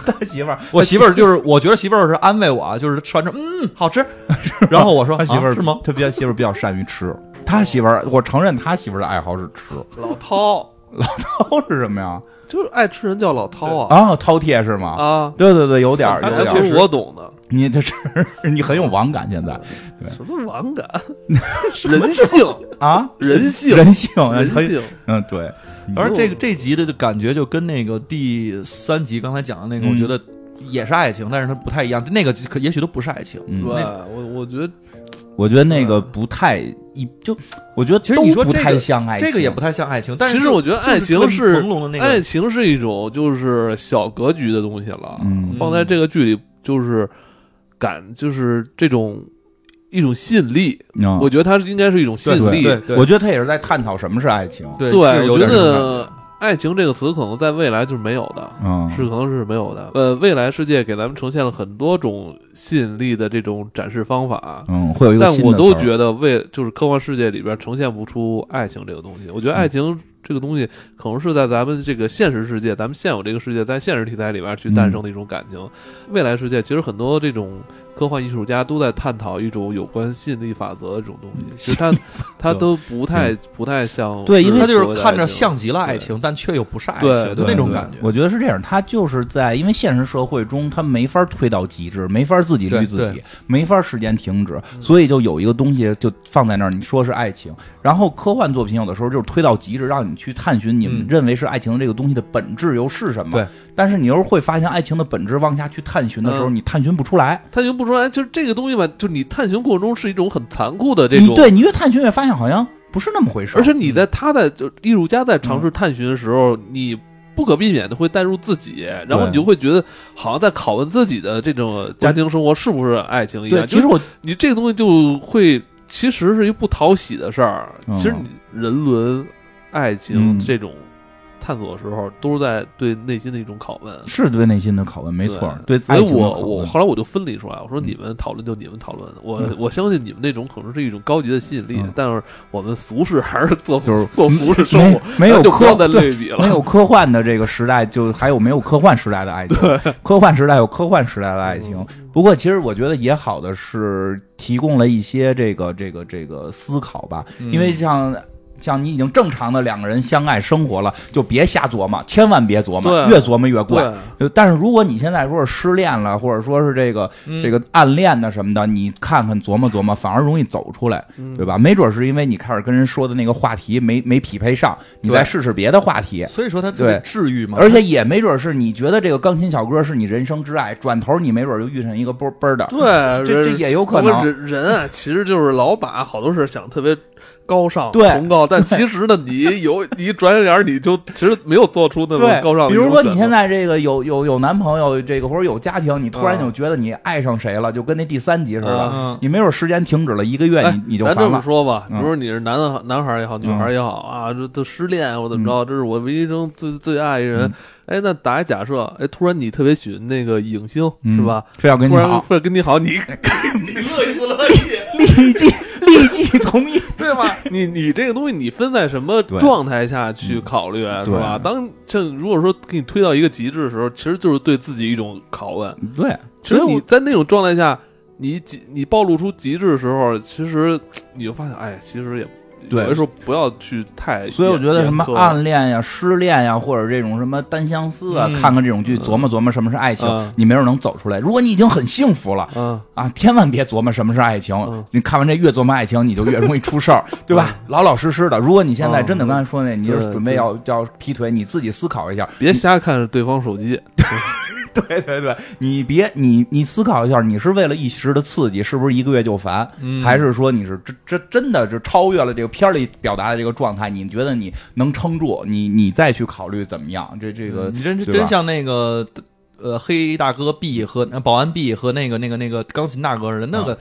他媳妇儿，我媳妇儿就是，我觉得媳妇儿是安慰我，就是吃完之后，嗯，好吃。 然后我说，他媳妇啊儿是吗？？他比较媳妇儿比较善于吃，他媳妇儿，我承认他媳妇儿的爱好是吃，老饕饕是什么呀？ 就是爱吃人叫老饕啊 啊，饕餮是吗？啊！对对对，有点儿，那有这点不儿。是我懂的，你这是你很有网感，现在对什么玩感，人性，啊，人性，人性，人很性，嗯，对，而这个这集的就感觉就跟那个第三集刚才讲的那个，嗯我觉得也是爱情，但是它不太一样。那个可也许都不是爱情。对嗯，我我觉得我觉得那个不太一就，我觉得其实都你说不这个太像爱情，这个也不太像爱情，但是其实就我觉得就是爱情特别是朦胧的那爱个，情是一种就是小格局的东西了，嗯放在这个剧里就是感就是这种一种吸引力，嗯，我觉得它是应该是一种吸引力。啊对对我觉得他也是在探讨什么是爱情，对，是对，有我觉点这种感得爱情这个词可能在未来就是没有的。嗯，是，可能是没有的。呃，未来世界给咱们呈现了很多种吸引力的这种展示方法，嗯，会有一个但新的我都词儿觉得为就是科幻世界里边呈现不出爱情这个东西。我觉嗯得爱情这个东西可能是在咱们这个现实世界，咱们现有这个世界，在现实题材里边去诞生的一种感情。未来世界其实很多这种科幻艺术家都在探讨一种有关吸引力法则的这种东嗯西，其实它它都不太不太像对因为他它就是看着像极了爱情，但却又不是爱情对的对那种对感觉。我觉得是这样，他就是在因为现实社会中，他没法推到极致，没法自己对律自己对，没法时间停止，嗯所以就有一个东西就放在那儿，你说是爱情。然后科幻作品有的时候就是推到极致，让你去探寻你们嗯认为是爱情的这个东西的本质又是什么。对，但是你又会发现爱情的本质往下去探寻的时候，嗯你探寻不出来。探寻不出来，就是这个东西吧，就是你探寻过程中是一种很残酷的这你种，嗯对你越探寻越发现好像不是那么回事儿。嗯而且你在他在就艺术家在尝试探寻的时候，你不可避免的会带入自己，然后你就会觉得好像在拷问自己的这种家庭生活是不是爱情一对，样。其啊实就是我你这个东西就会其实是一不讨喜的事儿。嗯其实你人伦、爱情嗯这种探索的时候，都是在对内心的一种拷问。是对内心的拷问，没错儿，对所以爱情的我拷我问后来我就分离出来，我说嗯你们讨论就你们讨论，我嗯我相信你们那种可能是一种高级的吸引力嗯，但是我们俗世还是做就是嗯过俗世生活没，没有那就不要科再对类比了没。有科幻的这个时代，就还有没有科幻时代的爱情？科幻时代有科幻时代的爱情。不过，其实我觉得也好的是提供了一些这个这个这个思考吧，嗯因为像。像你已经正常的两个人相爱生活了，就别瞎琢磨，千万别琢磨，对越琢磨越怪。对，呃但是如果你现在说是失恋了，或者说是这个嗯这个暗恋的什么的，你看看琢磨琢磨，反而容易走出来，嗯对吧？没准是因为你开始跟人说的那个话题没没匹配上，你再对试试别的话题。所以说它特别对治愈嘛，而且也没准是你觉得这个钢琴小哥是你人生之爱，转头你没准就遇上一个倍儿倍儿的，对，这这人也有可能我们人人啊，其实就是老把好多事想特别高尚、对崇高，但其实呢，你有你转眼脸儿你就其实没有做出那对么，高尚的比一种选择。如说你现在这个有有有男朋友，这个或者有家庭，你突然嗯就觉得你爱上谁了，就跟那第三集似的，嗯，你没准时间停止了一个月，啊哎你你就咱这烦么了。说吧，比嗯如说你是男的男孩儿也好，女孩儿也好啊，这这失恋或怎么着，这是我唯一中最最爱的人嗯。哎，那打一假设，哎，突然你特别喜欢那个影星，嗯是吧？？非要跟你啊突然好，会跟你 好，你你乐意不乐意？ 立即立即同意。 对吧？你你这个东西，你分在什么对嗯状态下去考虑，啊是吧？当像如果说给你推到一个极致的时候，其实就是对自己一种拷问。对，其所以实你我在那种状态下，你极你暴露出极致的时候，其实你就发现，哎，其实也对有的时候不要去太严，所以我觉得什么严苛暗恋呀、失恋呀，或者这种什么单相思啊，嗯看看这种剧，琢磨琢磨什么是爱情嗯，你没准能走出来。如果你已经很幸福了嗯，啊，千万别琢磨什么是爱情嗯。你看完这越琢磨爱情，你就越容易出事儿，对吧？老老实实的。如果你现在真的嗯刚才说那，你就是对准备对要要劈腿，你自己思考一下。别瞎看对方手机， 对对对，你别你你思考一下，你是为了一时的刺激，是不是一个月就烦？嗯还是说你是真真真的是超越了这个片儿里表达的这个状态？你觉得你能撑住？你你再去考虑怎么样？这这个嗯你真对吧真像那个呃黑大哥 B 和呃保安 B 和那个那个那个钢琴大哥似的，那个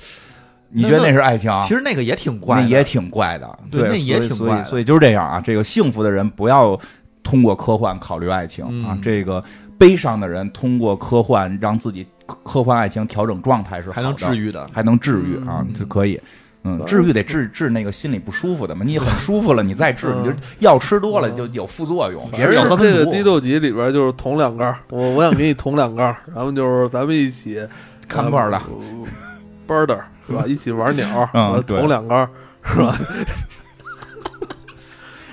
你觉得那是爱情啊？其实那个也挺那怪的，也挺怪的，对那也所以挺所以怪的所以就是这样啊，这个幸福的人不要通过科幻考虑爱情啊，嗯这个悲伤的人通过科幻让自己科科幻爱情调整状态是还能好的治愈的。还能治愈啊，嗯就可以。嗯，治愈得治治那个心里不舒服的嘛，你很舒服了，你再治，嗯你就药吃多了嗯就有副作用。也是有有三三这分个毒低。斗集里边就是捅两杆儿，我我想给你捅两杆儿，咱们就是咱们一起 看腕儿的，班儿的是吧？一起玩鸟儿，嗯我对捅两杆儿是吧？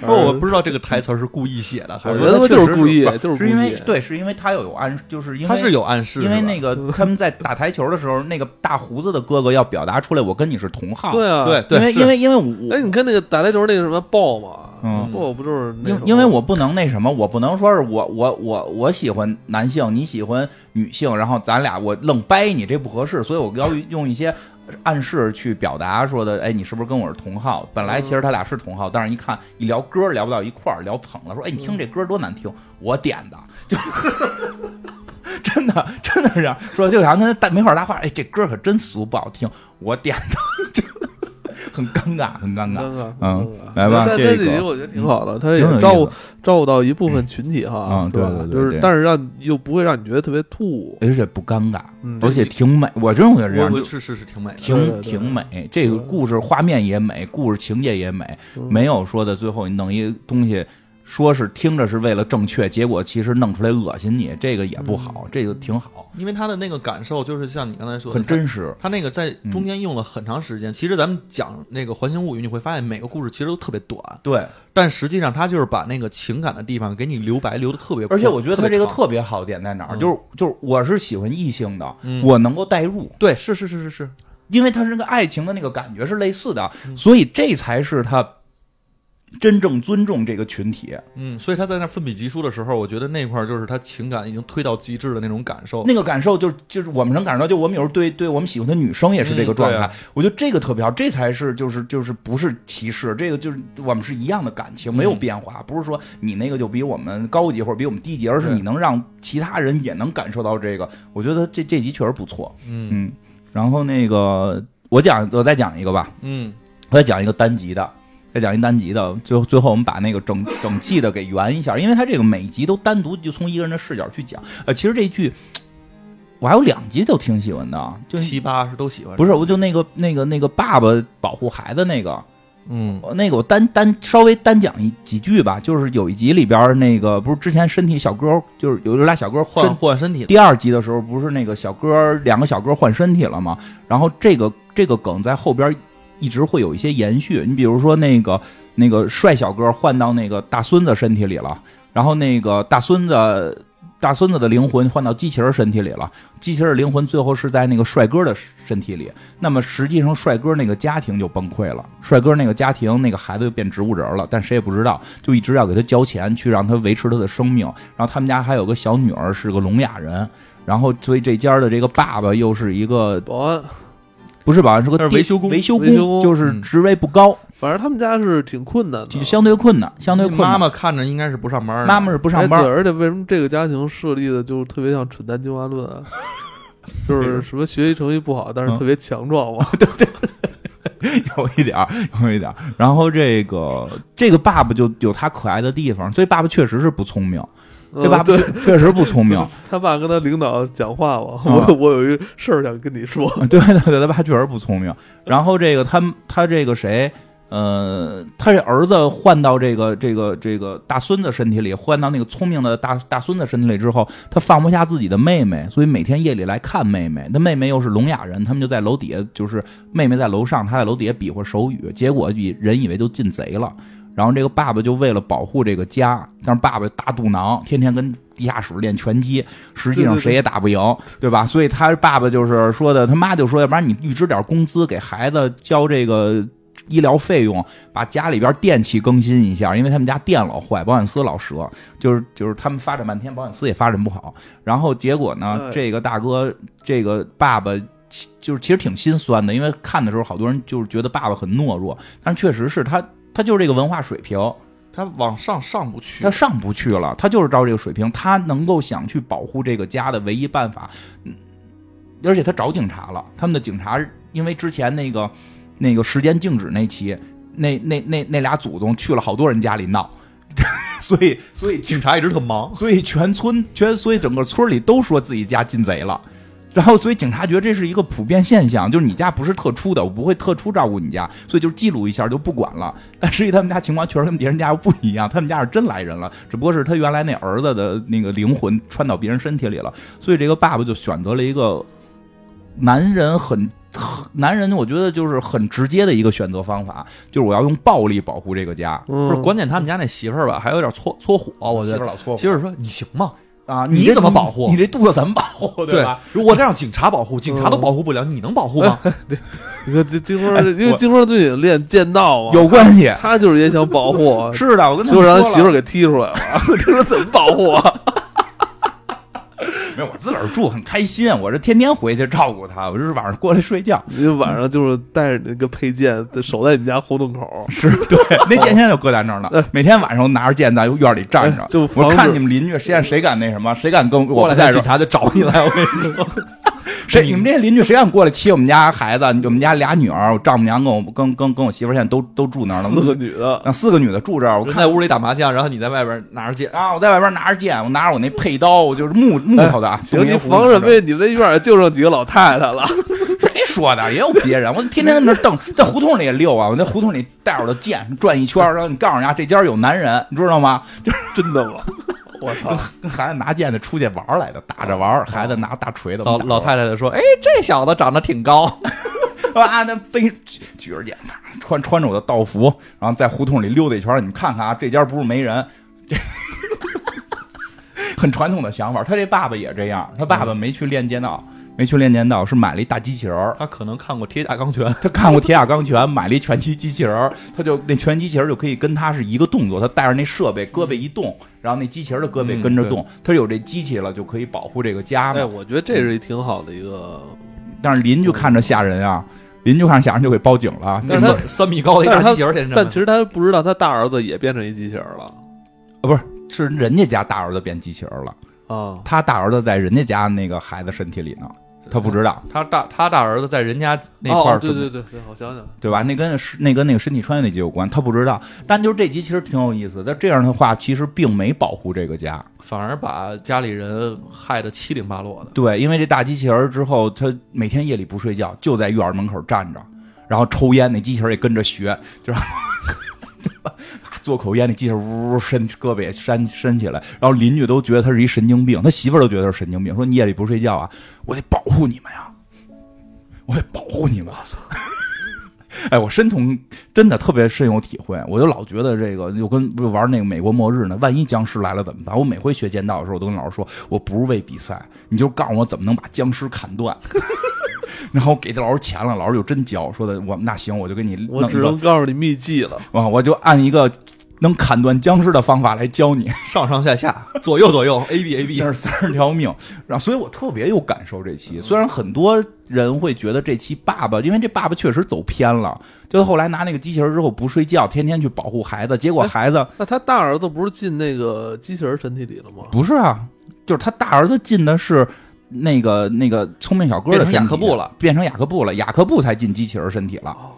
不哦过我不知道这个台词儿是故意写的，还我是觉得确就实是故意不就是是因为故意对，是因为他有暗，就是因为他是有暗示，因为是吧那个 他们在打台球的时候，那个大胡子的哥哥要表达出来，我跟你是同 号。对啊，对因为是因为因为我哎，你看那个打台球那个什么豹嘛，嗯豹不就是那因种因为我不能那什么，我不能说是我我我我喜欢男性，你喜欢女性，然后咱俩我愣掰你，这不合适，所以我要用一些暗示去表达说的，哎，你是不是跟我是同号？本来其实他俩是同号，但是一看一聊歌聊不到一块儿，聊捧了，说哎，你听这歌多难听，我点的， 就真的真的是这样说，就想跟他搭没法搭话，哎，这歌可真俗，不好听，我点的， 就很尴尬，很尴尴尬。尬，嗯尴尬来吧但这但这个嗯集我觉得挺好的，他也挺有意思照顾照顾到一部分群体哈，嗯是吧对对对就是对但是让又不会让你觉得特别突兀，而且不尴尬，嗯而且挺美。我真觉得这样我就我是是是挺美的，对挺对对挺美，这个嗯对故事画面也美，故事情节也美，嗯没有说的最后你弄一东西，说是听着是为了正确，结果其实弄出来恶心你，这个也不嗯好，这个挺好，因为他的那个感受就是像你刚才说的，很真嗯实。他那个在中间用了很长时间。其实咱们讲那个《环形物语》，你会发现每个故事其实都特别短，对，但实际上他就是把那个情感的地方给你留白，留的特别阔。而且我觉得他别这个长特别好的点在哪儿，嗯就是就是我是喜欢异性的，嗯我能够代入，对，是是是是是，因为他是那个爱情的那个感觉是类似的，嗯所以这才是他真正尊重这个群体。嗯，所以他在那奋笔疾书的时候，我觉得那块儿就是他情感已经推到极致的那种感受。那个感受就是就是我们能感受到，就我们有时候对对我们喜欢的女生也是这个嗯状态。对啊我觉得这个特别好，这才是就是就是不是歧视，这个就是我们是一样的感情，嗯没有变化，不是说你那个就比我们高级或者比我们低级，而是对你能让其他人也能感受到这个。我觉得这这集确实不错，嗯嗯。然后那个我讲我再讲一个吧，嗯，我再讲一个单集的，再讲一单集的，最后最后我们把那个整整季的给圆一下，因为它这个每集都单独就从一个人的视角去讲。呃，其实这剧我还有两集都挺喜欢的，啊就七八是都喜欢，不是？是我就那个那个那个爸爸保护孩子那个，嗯呃那个我单单稍微单讲一几句吧，就是有一集里边儿那个不是之前身体小哥就是有有俩小哥换换换身体第二集的时候，不是那个小哥两个小哥换身体了吗？然后这个这个梗在后边一直会有一些延续。你比如说那个那个帅小哥换到那个大孙子身体里了，然后那个大孙子大孙子的灵魂换到机器人身体里了，机器人灵魂最后是在那个帅哥的身体里。那么实际上，帅哥那个家庭就崩溃了，帅哥那个家庭那个孩子就变植物人了，但谁也不知道，就一直要给他交钱去让他维持他的生命。然后他们家还有个小女儿是个聋哑人，然后所以这家的这个爸爸又是一个保安不是保安，是个他是地维修工维修维修工工就是嗯职位不高，反正他们家是挺困难的，就相对困难，相对你困妈难。妈看着应该是不上班的，妈妈是不哎上班对，儿，而且为什么这个家庭设立的就特别像蠢蛋进化论 啊？就是什么学习成绩不好，但是嗯特别强壮 嘛。有一点儿，有一点儿。然后这个这个爸爸就有他可爱的地方，所以爸爸确实是不聪明，嗯这爸爸对确，确实不 聪明。他爸跟他领导讲话嘛，啊我我有一事儿想跟你说。 对对对，他爸确实不聪明。然后这个他他这个谁，呃，他这儿子换到这个这个这个大孙子身体里，换到那个聪明的大大孙子身体里之后，他放不下自己的妹妹，所以每天夜里来看妹妹。他妹妹又是聋哑人，他们就在楼底下，就是妹妹在楼上，他在楼底下比划手语，结果以人以为就进贼了。然后这个爸爸就为了保护这个家，但是爸爸大肚囊，天天跟地下室练拳击，实际上谁也打不赢，对吧？所以他爸爸就是说的，他妈就说，要不然你预支点工资给孩子交这个。医疗费用，把家里边电器更新一下，因为他们家电老坏，保险丝老折，就是就是他们发展半天，保险丝也发展不好。然后结果呢，哎这个大哥，这个爸爸其就是其实挺心酸的，因为看的时候好多人就是觉得爸爸很懦弱，但是确实是他他就是这个文化水平，他往上上不去他。上不去了，他就是照这个水平，他能够想去保护这个家的唯一办法，嗯，而且他找警察了，他们的警察因为之前那个那个时间静止那期，那那那那俩祖宗去了好多人家里闹， 所以所以警警察一直特 忙，所以全村全所以整个村里都说自己家进贼了。然后，所以警察觉得这是一个普遍现象，就是你家不是特殊的，我不会特殊照顾你家，所以就记录一下就不管了。但实际他们家情况确实跟别人家又不一样，他们家是真来人了，只不过是他原来那儿子的那个灵魂穿到别人身体里了，所以这个爸爸就选择了一个男人很很男人，我觉得就是很直接的一个选择方法，就是我要用暴力保护这个家。嗯，不是关键，他们家那媳妇儿吧，还有点搓搓火，我觉媳妇得儿。老搓我媳妇儿说：“你行吗？啊，你这怎么保护你这肚子怎么保护？对哦吧？？嗯如果这让警察保护，警察都保护不了，你能保护吗？你看这金花儿，因我为金花儿最近练剑道嘛，有关系。他就是也想保护我，是的，我跟他呃就们让他说了媳妇儿给踢出来了。 这说怎么保护啊？没有，我自个儿住很开心，我这天天回去照顾他，我就是晚上过来睡觉。 你晚上就是带着那个配件，守在你们家胡同口，是对， 哦呃那剑现在就搁在那儿呢，每天晚上我拿着剑在院里站着，哎就防我止看你们邻居，谁敢谁敢那什么，谁敢跟我过不来，在这警儿，察就找你来。我跟你说， 谁你们这些邻居谁敢过来欺我们家孩子，我们家俩女儿，我丈母娘跟我跟跟跟我媳妇儿现在都都住那儿了，四个女的，啊四个女的住这儿，我人看在屋里打麻将，然后你在外边拿着剑，啊，我在外边拿着剑，我拿着我那佩刀，我就是木木头的啊，行，你东西防什么呀？你们那院儿就剩几个老太太了， 谁说的？也有别人，我天天跟那儿 瞪，在胡同里也溜啊，我在胡同里带着我的剑转一圈，然后你告诉人家这家有男人，你知道吗？ 真的吗？我操！跟孩子拿剑的出去玩儿来的，打着玩儿，孩子拿大锤子，哦老老 太太就说：“哎，这小子长得挺高。太啊，那背举举着剑，啪穿穿着我的道服，然后在胡同里溜达一圈，你们看看啊，这家不是没人。 这很传统的想法，他这爸爸也这样，他爸爸没去练剑道，没去练剑道，是买了一大机器人儿”，他可能看过《铁甲钢拳》，他看过《铁甲钢拳》，买了一拳击机器人儿，他就那拳击机器人儿就可以跟他是一个动作，他带着那设备，胳膊一动，然后那机器人儿的胳膊跟着动，他有这机器了，就可以保护这个家嗯哎，嘛。我觉得这是一挺好的一个，但是邻居看着吓人啊，邻居看着吓人就给报警 了。啊就但是是他三三米高的一大机器人，天但其实他不知道他大儿子也变成一机器人了啊，不是，是人家家大儿子变机器人儿了，啊。他大儿子在人家家那个孩子身体里呢，他不知道，他大他大儿子在人家那块儿哦对准备对对对，我想想，对吧？那跟是那跟那个身体穿越那集有关，他不知道。但就是这集其实挺有意思，但这样的话其实并没保护这个家。反而把家里人害得七零八落的。对，因为这大机器人儿之后，他每天夜里不睡觉，就在院儿门口站着，然后抽烟，那机器人儿也跟着学，就是对吧做口烟，那机器人儿呜呜呜伸胳膊也伸伸起来，然后邻居都觉得他是一神经病，他媳妇儿都觉得他是神经病，说你夜里不睡觉啊，我得保护你们呀， 我得保护你们。哎，我深同真的特别深有体会，我就老觉得这个就跟不是玩那个美国末日呢，万一僵尸来了怎么办？我每回学剑道的时候，我都跟老师说，我不是为比赛，你就告诉我怎么能把僵尸砍断。 然后给老师钱了，老师就真教，说的我那行，我就给你弄我一只个能告诉你秘籍了。啊，我就按一个能砍断僵尸的方法来教你， 上上下下，左右左右，A B A B，那是三十条命。然后，所以我特别有感受这期。虽然很多人会觉得这期爸爸，因为这爸爸确实走偏了，就是后来拿那个机器人之后不睡觉，天天去保护孩子，结果孩子那他大儿子不是进那个机器人身体里了吗？不是啊，就是他大儿子进的是那个那个聪明小哥变的成雅身体克布了，变成雅克布了，雅克布才进机器人身体了。哦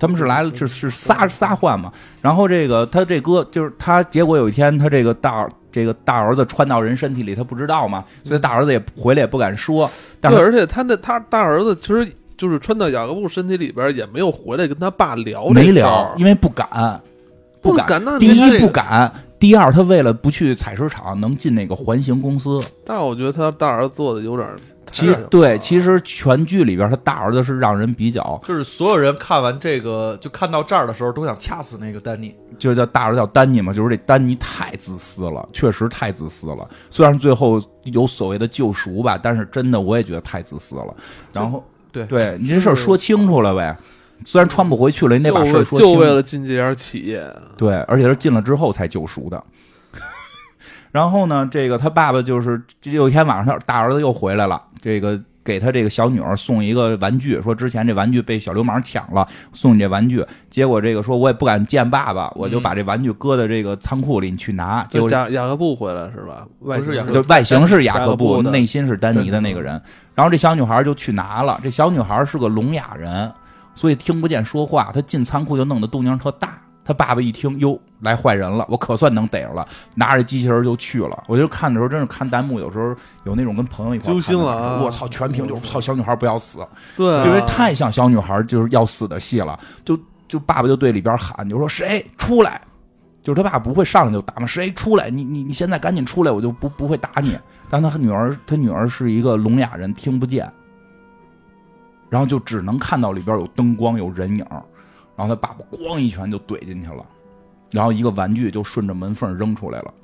他们是来了，是是仨仨换嘛。然后这个他这哥就是他，结果有一天他这个大儿这个大儿子穿到人身体里，他不知道嘛，所以大儿子也回来也不敢说。但对，是而且他那他大儿子其实就是穿到雅各布身体里边，也没有回来跟他爸聊哦这没事聊儿，因为不敢，不敢。敢。那第他这一个不，敢，第二他为了不去采石场，能进那个环形公司。但是我啊觉得他大儿子做的有点儿，其太实让人对，烦其实全剧里边他大儿子是让人比较，就是所有人看完这个，就看到这儿的时候，都想掐死那个丹尼。就叫大儿子叫丹尼嘛，就是这丹尼太自私了，确实太自私了。虽然最后有所谓的救赎吧，但是真的我也觉得太自私了。然后对对你这事儿说清楚了呗，虽然穿不回去了，你得就把事为儿说就清楚。为了进这家企业，对，而且是进了之后才救赎的。 然后呢，这个他爸爸就是这有一天晚上，他大儿子又回来了，这个给他这个小女儿送一个玩具，说之前这玩具被小流氓抢了，送你这玩具。结果这个说我也不敢见爸爸，我就把这玩具搁在这个仓库里，你去拿。结就果雅雅各布回来是吧？外不是雅各布就外形是雅各雅各布，布的内心是丹尼的那个人。然后这小女孩就去拿了，这小女孩是个聋哑人，所以听不见说话。她进仓库就弄得动静特大。她爸爸一听，哟，来坏人了，我可算能逮着了，拿着机器人就去了。我就看的时候，真是看弹幕，有时候有那种跟朋友一块儿揪心看的了啊时候我操，全屏就是操，小女孩不要死，对啊，因为太像小女孩就是要死的戏了，就就爸爸就对里边喊，就说谁出来，就是他爸不会上来就打嘛，谁出来，你你你现在赶紧出来，我就不不会打你。但他女儿，他女儿是一个聋哑人，听不见，然后就只能看到里边有灯光有人影，然后他爸爸咣一拳就怼进去了，然后一个玩具就顺着门缝扔出来了。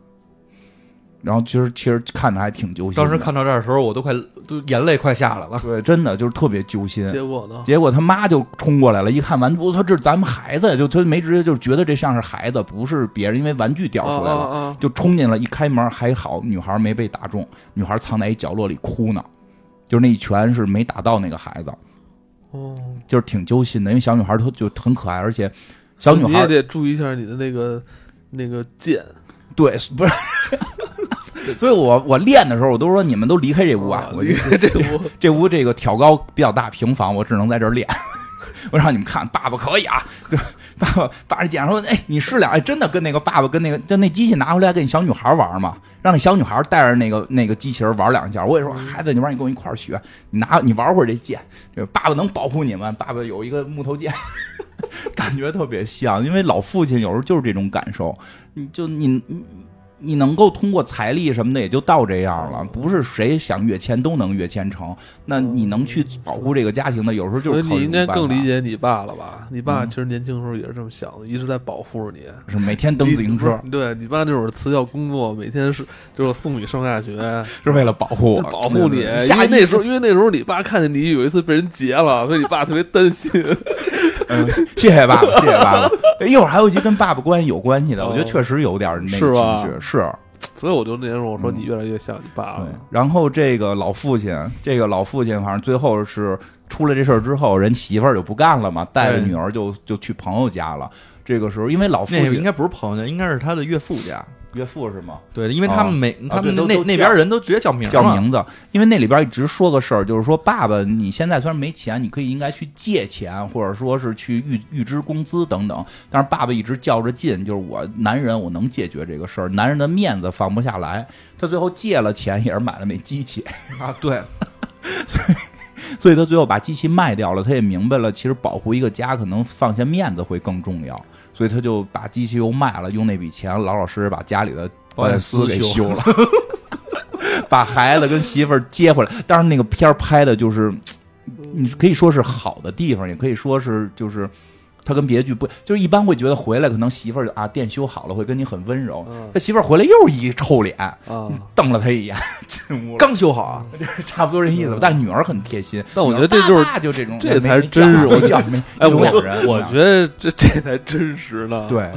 然后其实其实看的还挺揪心的，当时看到这儿的时候，我都快都眼泪快下来了。对，真的就是特别揪心。结果呢？结果他妈就冲过来了，一看玩具，我操，这是咱们孩子，就他没直接就觉得这像是孩子，不是别人，因为玩具掉出来了，啊啊啊就冲进来。一开门还好，女孩没被打中，女孩藏在一角落里哭呢，就是那一拳是没打到那个孩子，哦，就是挺揪心的，因为小女孩她就很可爱，而且小女你孩也得注意一下你的那个那个剑，对不是。 所以我我练的时候，我都说你们都离开这屋啊！我哦离开这屋，这屋这个挑高比较大，平房，我只能在这儿练。 我让你们看，爸爸可以啊！对，爸爸爸爸讲说，哎，你试两，哎，真的跟那个爸爸跟那个就那机器拿回来跟小女孩玩嘛，让那小女孩带着那个那个机器人玩两下。我也说，孩子，你玩，你跟我一块儿学，你拿你玩会儿这剑，这爸爸能保护你们。爸爸有一个木头剑， 感觉特别像，因为老父亲有时候就是这种感受，你就你你你能够通过财力什么的也就到这样了，不是谁想跃迁都能跃迁成。那你能去保护这个家庭的，有时候所就是以靠这你种应该更办法理解你爸了吧？你嗯爸其实年轻时候也是这么想的，一直在保护着你。是每天蹬自行车你对你爸那会儿辞掉工作，每天是就是送你上下学，是为了保护我，保护你。因下为一那时候，因为那时候你爸看见你有一次被人劫了，所以你爸特别担心。 嗯，谢谢爸爸，谢谢爸爸。哎一会儿还有一集跟爸爸关系有关系的，我觉得确实有点那哦是个吧啊情绪，是。所以我就那时候我说嗯你越来越像你爸对了。，然后这个老父亲，这个老父亲，反正最后是出了这事儿之后，人媳妇儿就不干了嘛，带着对女儿就就去朋友家了。这个时候，因为老父那个应亲该不是朋友家，应该是他的岳父家。岳父是吗？对，因为他们哦每、他对们那、都那都那叫边人都直接叫名儿啊叫嘛名字，因为那里边一直说个事儿，就是说爸爸，你现在虽然没钱，你可以应该去借钱，或者说是去预预支工资等等。但是爸爸一直较着劲，就是我男人，我能解决这个事儿，男人的面子放不下来。他最后借了钱，也是买了那机器，啊。对，所以他最后把机器卖掉了，他也明白了，其实保护一个家可能放下面子会更重要，所以他就把机器又卖了，用那笔钱老老实实把家里的保险丝给修了， 把孩子跟媳妇儿接回来。当然，那个片儿拍的就是，你可以说是好的地方，也可以说是就是。他跟别的剧不就是一般会觉得回来可能媳妇儿就啊店修好了会跟你很温柔，嗯他媳妇儿回来又一臭脸，啊，瞪了他一眼， 进屋了。刚修好啊。差不多这意思吧。但女儿很贴心，但我觉得这就是爸爸就这种，这才是真是我我叫哎，我我觉得得这这才真实呢。对。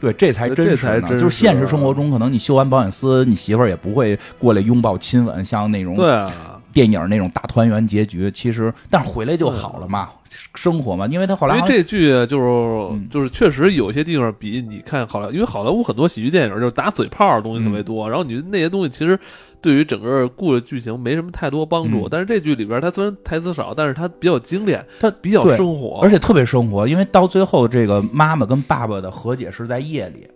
对，这才真这实才真呢。啊实就是现实生活中，可能你修完保险丝，你媳妇儿也不会过来拥抱亲吻，像那种对啊，电影那种大团圆结局。其实，但是回来就好了嘛，生活嘛。因为他后因来为好像这剧就是嗯就是确实有些地方比你看好莱，因为好莱坞很多喜剧电影就是打嘴炮的东西特嗯别多，然后你那些东西其实对于整个故事剧情没什么太多帮助，嗯但是这剧里边它虽然台词少，但是它比较精炼，它比较对生活，而且特别生活，因为到最后这个妈妈跟爸爸的和解是在夜里，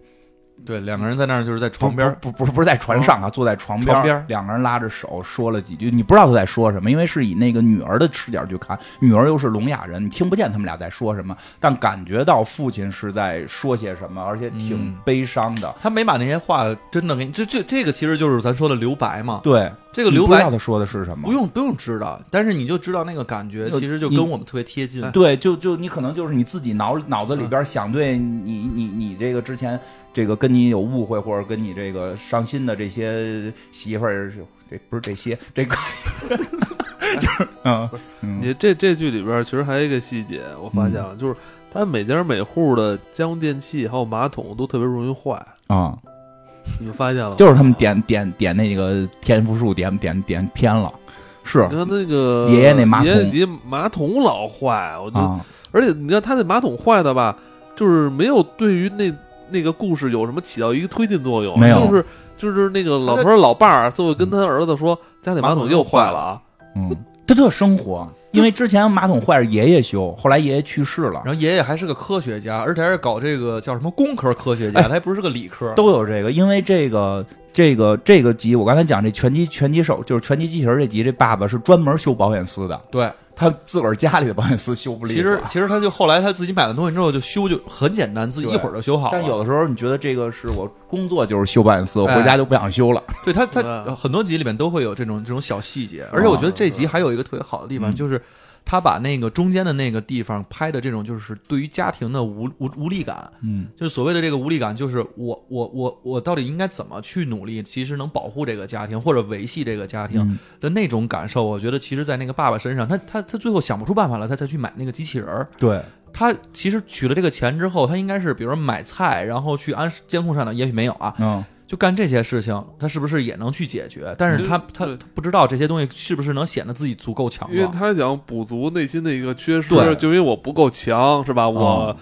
对，两个人在那儿就是在床边儿，嗯不不不不是在船上啊，坐在床边床儿边儿两个人拉着手说了几句，你不知道他在说什么，因为是以那个女儿的视角去看，女儿又是聋哑人，你听不见他们俩在说什么，但感觉到父亲是在说些什么，而且挺嗯悲伤的。他没把那些话真的给你，这这这个其实就是咱说的留白嘛。对，这个你留不知道白他说的是什么，不用不用知道，但是你就知道那个感觉，就其实就你跟我们特别贴近。对，就就你可能就是你自己脑脑子里嗯边想对你你你这个之前这个跟你有误会或者跟你这个伤心的这些媳妇儿，这不是这些这个， 就是嗯嗯你这这剧里边儿其实还有一个细节，我发现了，就是它每家每户的家用电器还有马桶都特别容易坏，啊，你们发现了吗？就是他们点点点那个天赋树点点点偏了，是你看那个爷爷那马桶爷爷级马桶老坏，我就、啊，而且你看他那马桶坏的吧，就是没有对于那那个故事有什么起到一个推进作用，没有就是就是那个老头儿老伴儿最后跟他儿子说，家里马桶又坏了啊，嗯，他特生活，因为之前马桶坏是爷爷修，后来爷爷去世了。然后爷爷还是个科学家，而且还是搞这个叫什么工科科学家，哎他还不是个理科。都有这个，因为这个这个这个集，我刚才讲这拳击拳击手就是拳击机器人这集，这爸爸是专门修保险丝的，对，他自个儿家里的保险丝修不利其索实其实他就后来他自己买了东西之后就修就很简单，自己对一会儿就修好了。啊但有的时候你觉得这个是我工作就是修保险丝，我哎回家就不想修了。对他，他嗯很多集里面都会有这种这种小细节，而且我觉得这集还有一个特别好的地方，嗯就是他把那个中间的那个地方拍的这种，就是对于家庭的无无无力感，嗯，就是所谓的这个无力感，就是我我我我到底应该怎么去努力，其实能保护这个家庭或者维系这个家庭嗯的那种感受，我觉得其实，在那个爸爸身上，他他他最后想不出办法了，他才去买那个机器人儿。对，他其实取了这个钱之后，他应该是比如说买菜，然后去安监控上的，也许没有啊，嗯，就干这些事情，他是不是也能去解决？但是他他对他不知道这些东西是不是能显得自己足够强因为壮。他想补足内心的一个缺失对，就因为我不够强，是吧？我、哦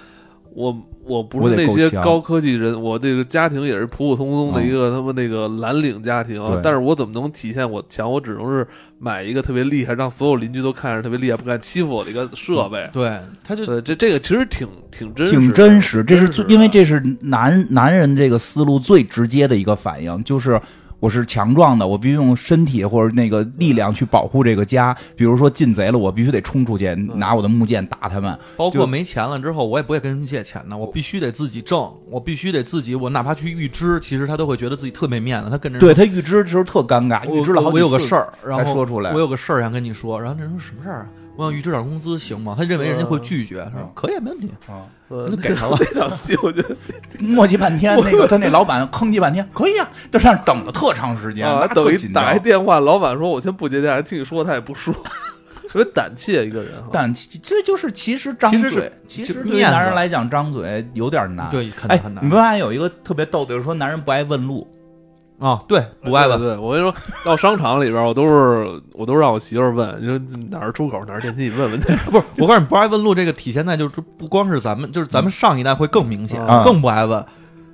我我不我是得那够些强高科技人，我这个家庭也是普普通通的哦一个他们那个蓝领家庭啊对，但是我怎么能体现我强？我只能是买一个特别厉害，让所有邻居都看着特别厉害，不敢欺负我的一个设备。对，他就呃对，这这个其实挺挺真实的，挺啊真实，这是最真的因为这是男男人这个思路最直接的一个反应，就是。我是强壮的，我必须用身体或者那个嗯力量去保护这个家。比如说进贼了，我必须得冲出去，嗯拿我的木剑打他们。包括就没钱了之后，我也不会跟人借钱的，我必须得自己挣，我必须得自己，我哪怕去预支，其实他都会觉得自己特没面子，他跟人对他预知的时候特尴尬，我预知了好我几有个次事儿，然后说出来我有个事儿想跟你说，然后那人说什么事儿啊？我想预支点工资行吗？他认为人家会拒绝，嗯他说可以没问题，啊呃，那就给他了。那场戏我觉 得磨叽半天，那个他那老板吭叽半天，可以啊，就上等了特长时间，啊，那等特于紧打张一。电话，老板说我先不接电话，听你说他也不说， 特别胆怯一个人哈。但其这就是其实张其实嘴是，其就实对于面子男人来讲，张嘴有点难。，对，肯定哎很，难你不发现有一个特别逗的，就是说男人不爱问路，啊。对，不爱问，对，对我跟你说，到商场里边，我都是我都让我媳妇儿问，你说哪儿出口，哪儿电梯，你问 问去。不是，我告诉你，不爱问路这个体现在就是不光是咱们，就是咱嗯们上一代会更明显，啊更不爱问。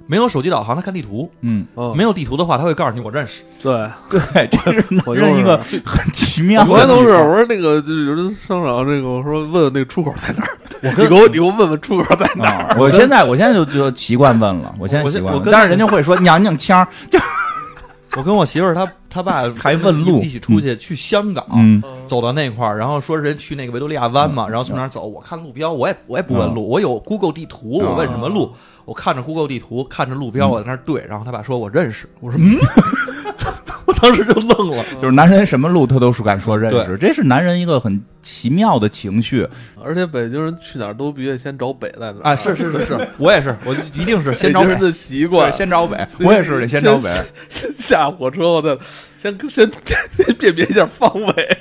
没有手机导航，他看地图；嗯，嗯没，有地图的话，他会告诉你我认识。对， 对，这是男人一个很奇妙的地啊我方。都是我说那个就是有人商场这个，我说问问那个出口在哪儿，我你给我你给我问问出口在哪儿。啊，我现在我现在就就习惯问了，我现在我习现惯我了，跟但是人家会说娘娘腔儿，就我跟我媳妇儿她她爸还问路一起出去去香港， 嗯走到那块儿，然后说人去那个维多利亚湾嘛，然后从哪儿走？我看路标，我也我也不问路，我有 Google 地图，啊我问什么路？我看着 Google 地图，看着路标，我在那儿对，然后他爸说我认识，我说嗯， 我当时就愣了。就是男人什么路他都是敢说认识，这是男人一个很奇妙的情绪。 而且北京人去哪儿都必须先找北在哪儿啊，是是是是， 我也是，我就一定是先北找京北人的习惯。先找北， 我也是得先找北。先下火车，我再 先先 先辨别一下方位。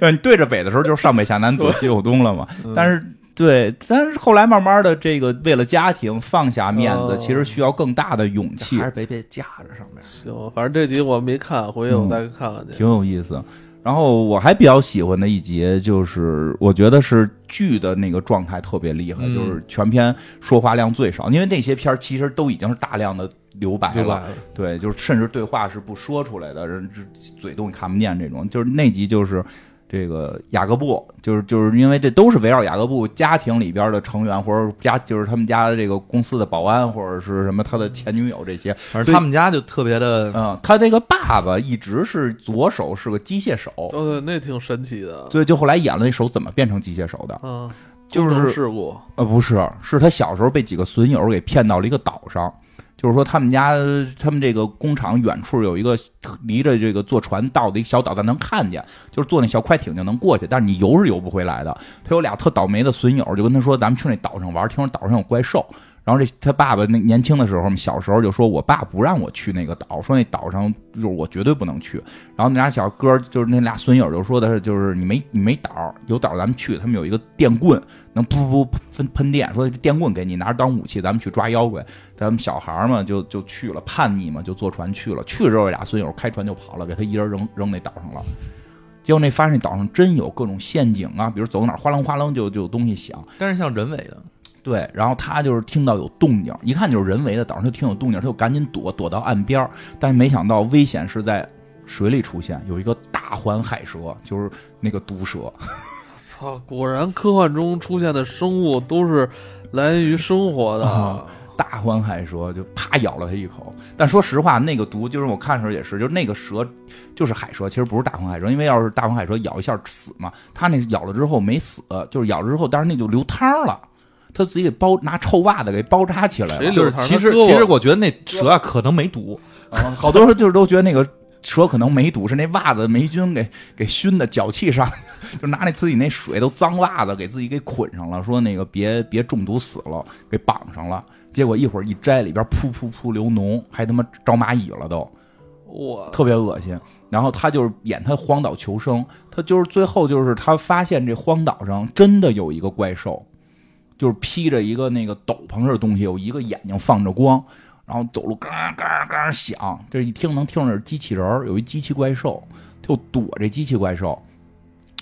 呃，你对着北的时候就是上北下南左西右东了嘛。但是对，但是后来慢慢的，这个为了家庭放下面子，哦其实需要更大的勇气还，是别别架着上面。 行，反正这集我没看，回去我再看看去。嗯挺有意思。然后我还比较喜欢的一节，就是我觉得是剧的那个状态特别厉害，嗯就是全篇说话量最少，因为那些片儿其实都已经是大量的留白对了吧，？对，就是甚至对话是不说出来的，人只嘴动看不见这种。就是那集就是这个雅各布，就是就是因为这都是围绕雅各布家庭里边的成员，或者家就是他们家的这个公司的保安，或者是什么他的前女友这些。反正他们家就特别的，嗯，他这个爸爸一直是左手是个机械手，哦，对，那挺神奇的。所以就后来演了那手怎么变成机械手的。嗯，就是工程事故。呃，不是，是他小时候被几个损友给骗到了一个岛上，就是说他们家他们这个工厂远处有一个离着这个坐船到的一个小岛，咱能看见，就是坐那小快艇就能过去，但是你游是游不回来的。他有俩特倒霉的损友，就跟他说咱们去那岛上玩，听说岛上有怪兽。然后这他爸爸那年轻的时候嘛，小时候就说我爸不让我去那个岛，说那岛上就是我绝对不能去。然后那俩小哥儿就是那俩损友就说的是就是你没你没岛，有岛咱们去。他们有一个电棍，能噗噗噗喷喷电，说这电棍给你拿着当武器，咱们去抓妖怪。咱们小孩儿嘛，就就去了，叛逆嘛，就坐船去了。去了之后，俩损友开船就跑了，给他一人扔扔那岛上了。结果那发现那岛上真有各种陷阱啊，比如走哪儿哗啷哗啷就就有东西响。但是像人为的，对，然后他就是听到有动静，一看就是人为的，岛上就听有动静，他就赶紧躲，躲到岸边儿。但是没想到危险是在水里出现，有一个大环海蛇，就是那个毒蛇。操，果然科幻中出现的生物都是来源于生活的。啊大环海蛇就啪咬了他一口。但说实话，那个毒就是我看的时候也是，就是那个蛇就是海蛇，其实不是大环海蛇，因为要是大环海蛇咬一下死嘛，它那咬了之后没死，就是咬了之后，但是那就流汤了，它自己给包拿臭袜子给包扎起来谁了。就是就是其其实实其其实实我觉得那蛇啊可能没毒，啊好多人就是都觉得那个蛇可能没毒，是那袜子霉菌给给熏的，脚气上，就拿那自己那水都脏袜子给自己给捆上了，说那个别别中毒死了，给绑上了。结果一会儿一摘，里边噗噗噗流脓，还他妈招蚂蚁了都。我特别恶心。然后他就是演他荒岛求生，他就是最后就是他发现这荒岛上真的有一个怪兽，就是披着一个那个斗篷似的东西，有一个眼睛放着光，然后走路嘎嘎嘎响，这一听能听着是机器人儿，有一机器怪兽，就躲这机器怪兽。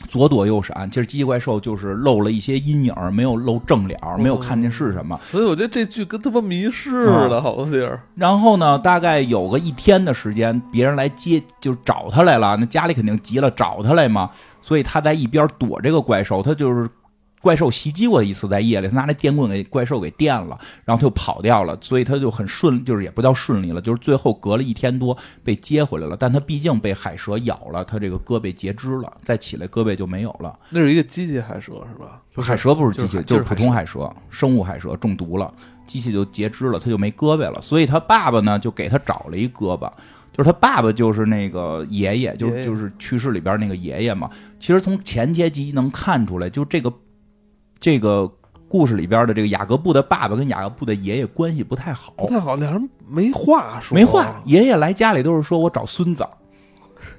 左躲右闪，其实机器怪兽就是露了一些阴影儿，没有露正脸儿，没有看见是什么。所以我觉得这剧跟他妈迷失似啊的，好多地儿。然后呢，大概有个一天的时间，别人来接，就是找他来了。那家里肯定急了，找他来嘛。所以他在一边躲这个怪兽，他就是怪兽袭击过一次，在夜里，他拿那电棍给怪兽给电了，然后他就跑掉了。所以他就很顺，就是也不叫顺利了，就是最后隔了一天多被接回来了。但他毕竟被海蛇咬了，他这个胳膊截肢了，再起来胳膊就没有了。那是一个机器海蛇是吧？不是海蛇不是就是机器，海就就是是普通海蛇，生物海蛇中毒了，机器就截肢了，它就没胳膊了。所以他爸爸呢，就给他找了一胳膊。就是他爸爸，就是那个爷爷，就爷是爷就是去世里边那个爷爷嘛。其实从前些集能看出来，就这个这个故事里边的这个雅各布的爸爸跟雅各布的爷爷关系不太好，不太好，俩人没话说，没话。爷爷来家里都是说我找孙子，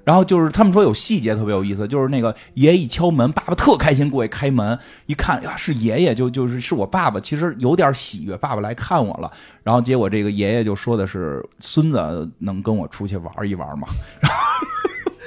然后就是他们说有细节特别有意思，就是那个爷爷一敲门，爸爸特开心过去开门，一看呀是爷爷，就就是是我爸爸，其实有点喜悦，爸爸来看我了。然后结果这个爷爷就说的是孙子能跟我出去玩一玩吗？ 然后。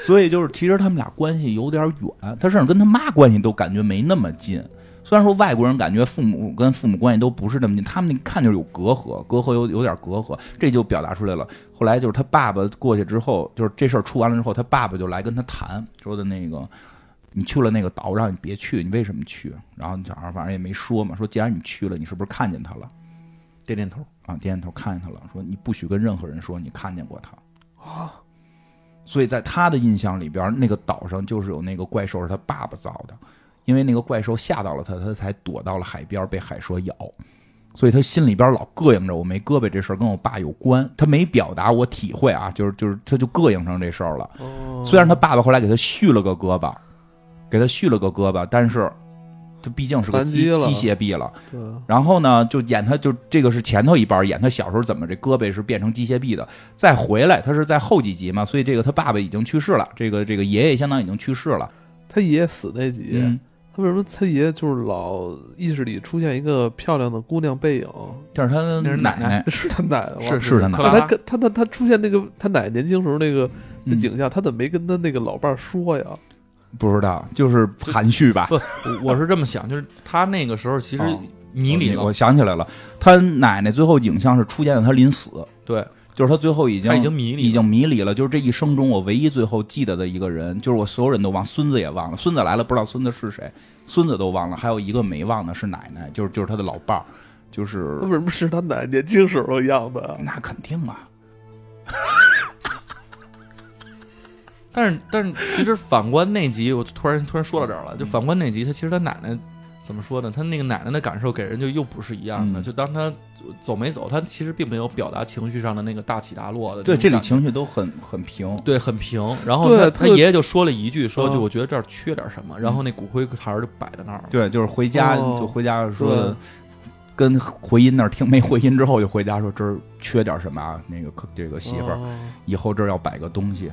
所以就是，其实他们俩关系有点远，他甚至跟他妈关系都感觉没那么近。虽然说外国人感觉父母跟父母关系都不是那么近，他们那看就是有隔阂，隔阂有有点隔阂，这就表达出来了。后来就是他爸爸过去之后，就是这事儿出完了之后，他爸爸就来跟他谈，说的那个你去了那个岛，让你别去，你为什么去？然后小孩反正也没说嘛，说既然你去了，你是不是看见他了？点点头。啊，点点头看见他了，说你不许跟任何人说你看见过他。啊，所以在他的印象里边，那个岛上就是有那个怪兽是他爸爸造的，因为那个怪兽吓到了他，他才躲到了海边被海蛇咬。所以他心里边老膈应着我没胳膊这事儿跟我爸有关，他没表达我体会啊，就是就是他就膈应成这事儿了。哦虽然他爸爸后来给他续了个胳膊，给他续了个胳膊，但是他毕竟是个残机疾了机械臂了，对然后呢，就演他就这个是前头一半演他小时候怎么这胳膊是变成机械臂的，再回来他是在后几集嘛，所以这个他爸爸已经去世了，这个这个爷爷相当已经去世了，嗯他爷爷死那集，他为什么他爷就是老意识里出现一个漂亮的姑娘背影？但是他那是奶奶奶 是他奶吗？是哎是他奶克奶拉那拉他跟他他他出现那个他奶年轻时候那个那嗯景象，他怎么没跟他那个老伴儿说呀？不知道，就是含蓄吧。不，我我是这么想，就是他那个时候其实哦迷里我了，想起来了，他奶奶最后影像是出现在他临死，对，就是他最后已经他已经迷已里了，经迷离了，就是这一生中我唯一最后记得的一个人，就是我所有人都忘，孙子也忘了，孙子来了不知道孙子是谁，孙子都忘了，还有一个没忘的是奶奶，就是就是他的老伴儿，就是他为什么是他奶年轻时候的样子啊？那肯定啊，但是但是其实反观那集，我突然突然说到这儿了，就反观那集，他其实他奶奶怎么说呢？他那个奶奶的感受给人就又不是一样的，嗯就当他走没走，他其实并没有表达情绪上的那个大起大落的那种对，感觉。这里情绪都很很平，对，很平。然后对他特他爷爷就说了一句，说嗯就我觉得这儿缺点什么，然后那骨灰坛嗯儿就摆在那儿了。对，就是回家、哦就回家对说，跟回音那儿听没回音之后就回家说这儿缺点什么啊，那个可这个媳妇儿、哦以后这儿要摆个东西，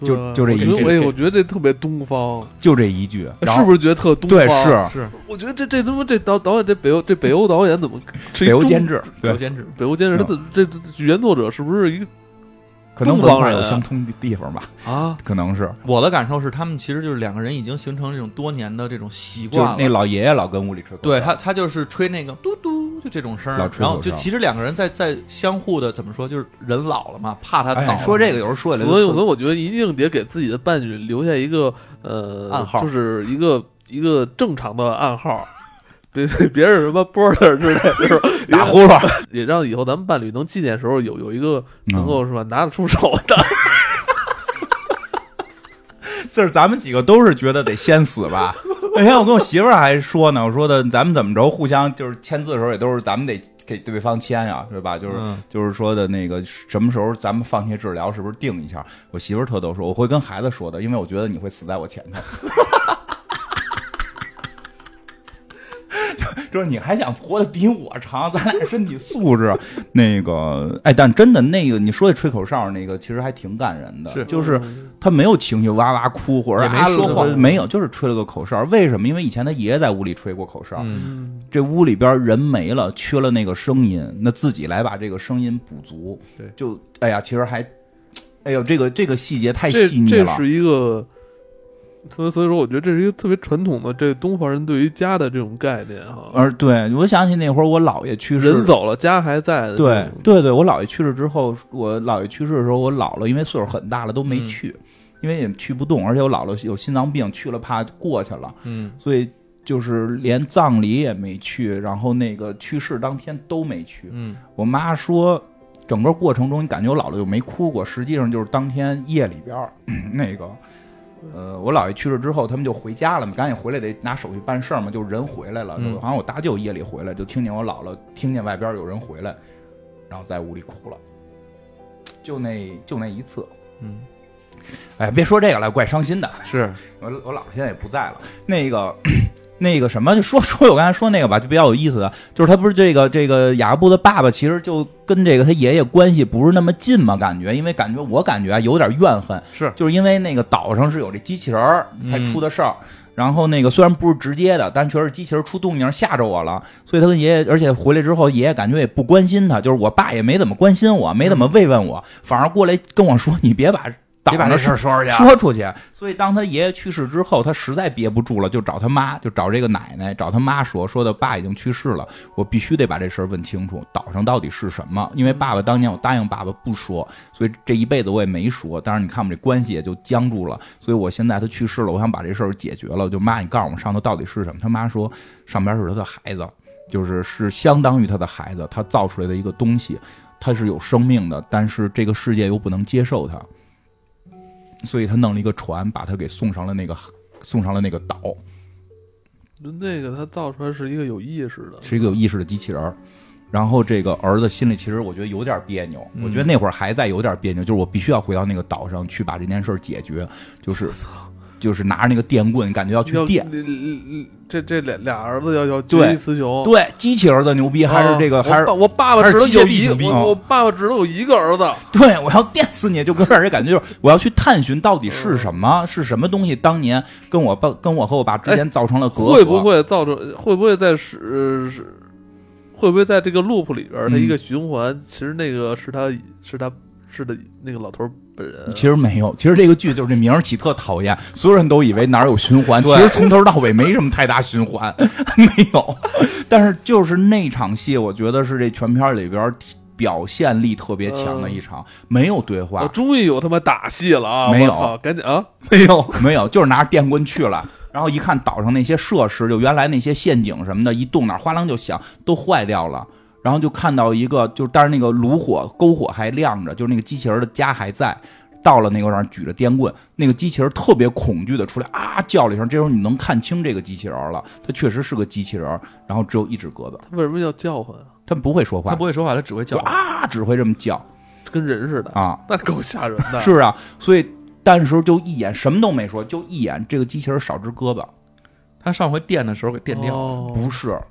对就就这一我觉句得哎这我觉得这特别东方，就这一句，然后是不是觉得特东方？对是是啊我觉得这这他妈这导导演这北欧这北欧导演怎么这一北欧中监制，有对，监制，北欧监制他嗯怎么这这这原作者是不是一个可能东方文化有人相通的地方吧，啊？可能是。我的感受是，他们其实就是两个人已经形成这种多年的这种习就是惯那了。老爷爷老跟屋里吹口哨，对他，他就是吹那个嘟嘟，就这种声儿老吹然后口就哨其实两个人在在相互的怎么说，就是人老了嘛，怕他哎倒。说这个有时候说起来就所以，所以特，我觉得一定得给自己的伴侣留下一个呃暗号就是一个一个正常的暗号， 别别别是什么波儿的之类的，是吧？打呼噜， 也也让以后咱们伴侣能纪念时候有有一个嗯能够是吧拿得出手的。就是咱们几个都是觉得得先 死吧。那天我跟我媳妇儿还说呢，我说的咱们怎么着，互相就是签字的时候也都是咱们得给对方签呀、对吧？就是、嗯就是说的那个什么时候咱们放弃治疗，是不是定一下？我媳妇儿特逗说，我会跟孩子说的，因为我觉得你会死在我前头。 就是你还想活得比我长，咱俩身体素质，那个，哎，但真的那个，你说的吹口哨那个，其实还挺感人的，是就是他没有情绪哇哇哭，或者也没啊说话没有，就是吹了个口哨。为什么？因为以前他爷爷在屋里吹过口哨，嗯，这屋里边人没了，缺了那个声音，那自己来把这个声音补足。对就哎呀，其实还，哎呦，这个这个细节太这细腻这了。是一个，所以所以说，我觉得这是一个特别传统的这东方人对于家的这种概念哈。而对我想起那会儿我姥爷去世，人走了，家还在的这对种。对对，我姥爷去世之后，我姥爷去世的时候，我姥姥因为岁数很大了都没嗯去，因为也去不动，而且我姥姥有心脏病，去了怕过去了，嗯，所以就是连葬礼也没去，然后那个去世当天都没去。嗯，我妈说，整个过程中你感觉我姥姥就没哭过，实际上就是当天夜里边儿 那个。呃，我姥爷去世之后，他们就回家了嘛，赶紧回来得拿手续办事儿嘛，就人回来了。嗯好像我大舅夜里回来，就听见我姥姥听见外边有人回来，然后在屋里哭了，就那就那一次。嗯，哎，别说这个了，怪伤心的。是我我姥姥现在也不在了。那个那个什么，就说说我刚才说那个吧，就比较有意思的，就是他不是这个这个雅各布的爸爸，其实就跟这个他爷爷关系不是那么近嘛，感觉，因为感觉我感觉啊有点怨恨，是就是因为那个岛上是有这机器人儿才出的事儿。然后那个虽然不是直接的，但确实机器人出动静吓着我了，所以他跟爷爷，而且回来之后，爷爷感觉也不关心他，就是我爸也没怎么关心我，没怎么慰问我，反而过来跟我说：“你别把岛上的事儿说出说出去。啊所以当他爷爷去世之后，他实在憋不住了，就找他妈，就找这个奶奶，找他妈说，说的爸已经去世了，我必须得把这事儿问清楚，岛上到底是什么？因为爸爸当年我答应爸爸不说，所以这一辈子我也没说。当然你看我们这关系也就僵住了，所以我现在他去世了，我想把这事儿解决了，我就妈，你告诉我上头到底是什么？他妈说上边是他的孩子。就是是相当于他的孩子，他造出来的一个东西，他是有生命的，但是这个世界又不能接受他，所以他弄了一个船，把他给送上了那个送上了那个岛，那个他造出来是一个有意识的，是一个有意识的机器人儿。然后这个儿子心里其实我觉得有点别扭，嗯我觉得那会儿还在有点别扭，就是我必须要回到那个岛上去把这件事儿解决，就是就是拿着那个电棍，感觉要去要电。这这俩俩儿子要要决对一雌雄，对，机器儿子牛逼，还是这个，啊还我是爸我爸爸还只是能机械有臂一挺逼我我爸爸只能有一个儿子，对，我要电死你！就给让人感觉就是我要去探寻到底嗯是什么，是什么东西当年跟我爸、跟我和我爸之间造成了隔阂。哎会不会造成会不会在是呃是会不会在这个 loop 里边儿的嗯一个循环？其实那个是他是他是的那个老头儿本人，其实没有，其实这个剧就是这名儿起特讨厌，所有人都以为哪儿有循环，对其实从头到尾没什么太大循环， 没有。但是就是那场戏，我觉得是这全片里边儿表现力特别强的一场，没有对我话，终于有他妈打戏了啊！没有我操，赶紧啊！ 没有，哎没有，就是拿着电棍去了。然后一看岛上那些设施，就原来那些陷阱什么的，一动哪儿哗啷就响，都坏掉了。然后就看到一个，就是但是那个炉火篝火还亮着，就是那个机器人的家还在。到了那个那儿举着电棍，那个机器人特别恐惧的出来啊叫了一声。这时候你能看清这个机器人了，它确实是个机器人，啊然后只有一只胳膊，他为什么要叫唤啊？它不会说话，他不会说话，他只会叫就。啊只会这么叫跟人似的，啊。 那够吓人的。是啊，所以但是就一眼什么都没说，就一眼这个机器人少只胳膊，他上回电的时候给电掉，哦不是，啊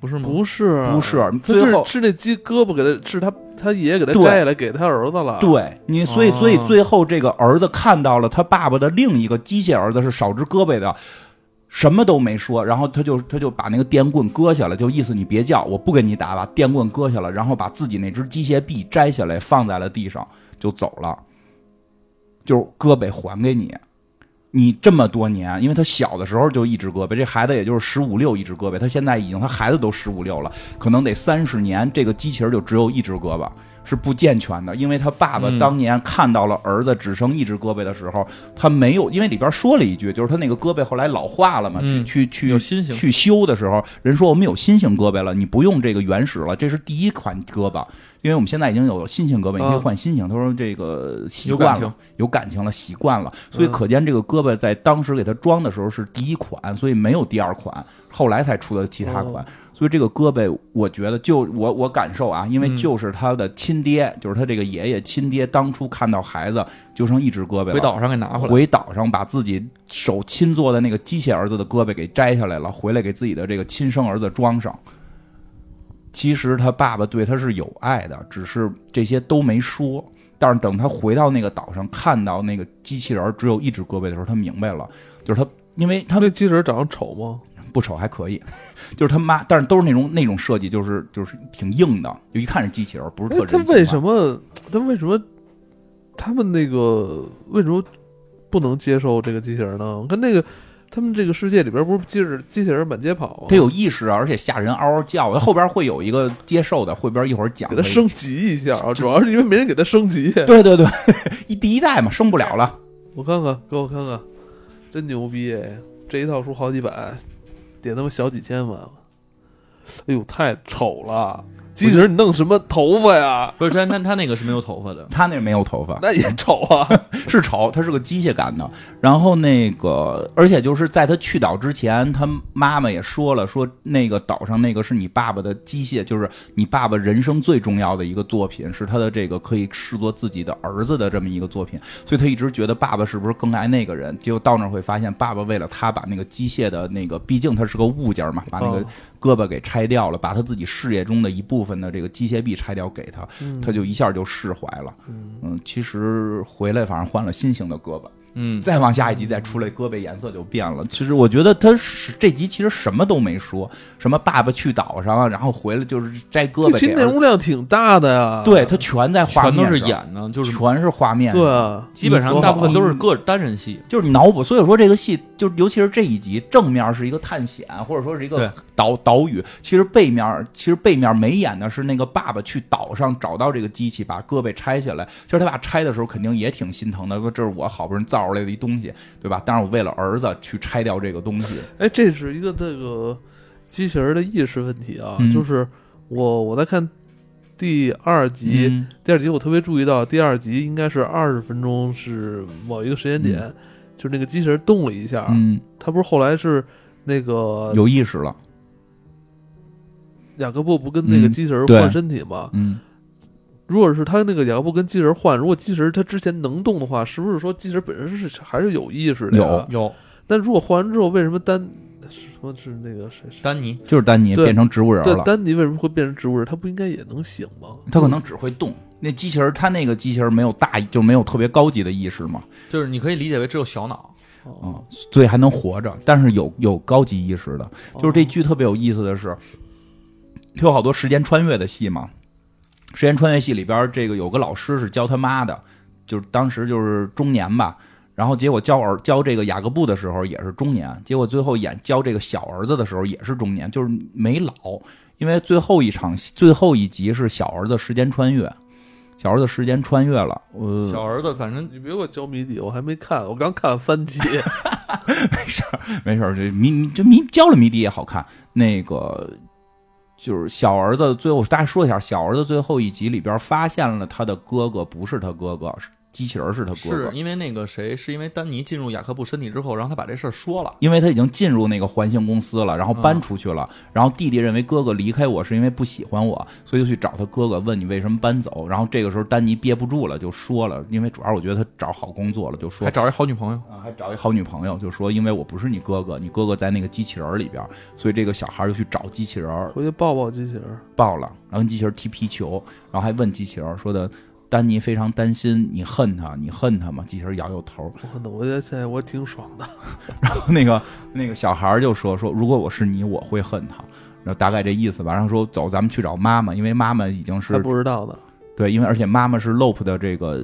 不是吗？不是不是，他最后是是那鸡胳膊给他，是他他爷爷给他对摘下来给他儿子了。对你，所以哦所以最后这个儿子看到了他爸爸的另一个机械儿子是少只胳膊的，什么都没说，然后他就他就把那个电棍割下来，就意思你别叫，我不跟你打，把电棍割下来，然后把自己那只机械臂摘下来放在了地上就走了，就是胳膊还给你。你这么多年，因为他小的时候就一只胳膊，这孩子也就是十五六一只胳膊，他现在已经他孩子都十五六了，可能得三十年，这个机器人就只有一只胳膊，是不健全的。因为他爸爸嗯当年看到了儿子只剩一只胳膊的时候，他没有，因为里边说了一句，就是他那个胳膊后来老化了嘛，嗯去去有去新型去修的时候，人说我们有新型胳膊了，你不用这个原始了，这是第一款胳膊，因为我们现在已经有新型胳膊，你可以啊换新型。他说这个嗯习有惯感了情，有感情了，习惯了，所以嗯可见这个胳膊在当时给他装的时候是第一款，所以没有第二款，后来才出的其他哦款。所以这个胳膊，我觉得就我我感受啊，因为嗯就是他的亲爹，就是他这个爷爷亲爹，当初看到孩子就剩一只胳膊了，回岛上给拿回来。回岛上把自己手亲做的那个机械儿子的胳膊给摘下来了，回来给自己的这个亲生儿子装上。其实他爸爸对他是有爱的，只是这些都没说。但是等他回到那个岛上，看到那个机器人儿只有一只胳膊的时候，他明白了，就是他，因为他他那鸡人长得丑吗？不丑还可以， 就是他妈，但是都是那种那种设计，就是就是挺硬的，就一看是机器人儿，不是特哎人他性化。为什么？他为什么？他们那个为什么不能接受这个机器人呢？我看那个他们这个世界里边不是机器人机器人满街跑吗？他有意识啊，而且吓人，嗷嗷叫。后边会有一个接受的，后边一会儿讲给他会升级一下啊，主要是因为没人给他升级。对对对， 一第一代嘛，升不了了。我看看，给我看看，真牛逼哎！这一套书好几百，得他妈小几千万。哎呦，太丑了！机器人你弄什么头发呀？不是他他他那个是没有头发 的，他那没有头发，那也丑啊！是丑，他是个机械感的。然后那个，而且就是在他去岛之前，他妈妈也说了，说那个岛上那个是你爸爸的机械，就是你爸爸人生最重要的一个作品，是他的这个可以视作自己的儿子的这么一个作品。所以他一直觉得爸爸是不是更爱那个人？结果到那儿会发现，爸爸为了他把那个机械的那个，毕竟他是个物件嘛，把那个哦胳膊给拆掉了，把他自己事业中的一部分的这个机械臂拆掉给他，嗯他就一下就释怀了。嗯，其实回来反正换了新型的胳膊，嗯，再往下一集再出来，胳膊颜色就变了。其实我觉得他是这集其实什么都没说，什么爸爸去岛上啊，然后回来就是摘 胳膊其实给内儿子，容量挺大的啊呀。对他全在画全都面是上，演的，就是全是画面上，对啊，基本上大部分都是你嗯个单人戏。就是你脑补。所以说这个戏，就尤其是这一集，正面是一个探险，或者说是一对个岛岛屿。其实背面，其实背面没演的是那个爸爸去岛上找到这个机器，把胳膊拆下来。其实他爸拆的时候肯定也挺心疼的，说这是我好不容易造出来的一东西，对吧？但是我为了儿子去拆掉这个东西，哎，这是一个这个机器人的意识问题啊。嗯就是我我在看第二集，嗯第二集我特别注意到，第二集应该是二十分钟是某一个时间点，就是那个机器人动了一下，嗯，他不是后来是那个啊有意识了，雅各布不跟那个嗯机器人对换身体吗？嗯，如果是他那个雅各布跟基什换，如果基什他之前能动的话，是不是说基什本身是还是有意识的？有。有但如果换完之后，为什么丹是什么是那个谁？谁丹尼，就是丹尼对变成植物人对了，丹尼为什么会变成植物人？他不应该也能醒吗？他可能只会动。那机器人，他那个机器人没有大，就没有特别高级的意识嘛，就是你可以理解为只有小脑。哦嗯，所以还能活着，但是有有高级意识的。就是这剧特别有意思的是，它有好多时间穿越的戏嘛。时间穿越戏里边儿，这个有个老师是教他妈的，就是当时就是中年吧。然后结果教儿教这个雅各布的时候也是中年，结果最后演教这个小儿子的时候也是中年，就是没老。因为最后一场戏最后一集是小儿子时间穿越，小儿子时间穿越了，呃，小儿子反正你别给我教谜底，我还没看，我刚看了三 集。没事儿，这迷迷这迷交了迷底也好看。那个就是小儿子最后，大家说一下，小儿子最后一集里边发现了他的哥哥不是他哥哥，是机器人是他哥是哥，因为那个谁，是因为丹尼进入雅克布身体之后，然后他把这事儿说了。因为他已经进入那个环形公司了，然后搬嗯出去了。然后弟弟认为哥哥离开我是因为不喜欢我，所以就去找他哥哥问你为什么搬走。然后这个时候丹尼憋不住了，就说了，因为主要我觉得他找好工作了，就说还找一好女朋友，啊，还找一好女朋友，就说因为我不是你哥哥，你哥哥在那个机器人儿里边儿，所以这个小孩儿就去找机器人儿，回去抱抱机器人。爆了，然后跟机器人踢皮球，然后还问机器人说的，丹尼非常担心，你恨他，你恨他吗？机器人摇摇头， 我可能我觉得现在我挺爽的。然后那个那个小孩儿就说说，如果我是你，我会恨他，然后大概这意思吧。然后说走，咱们去找妈妈，因为妈妈已经还是不知道呢，对，因为而且妈妈是 LOP 的这个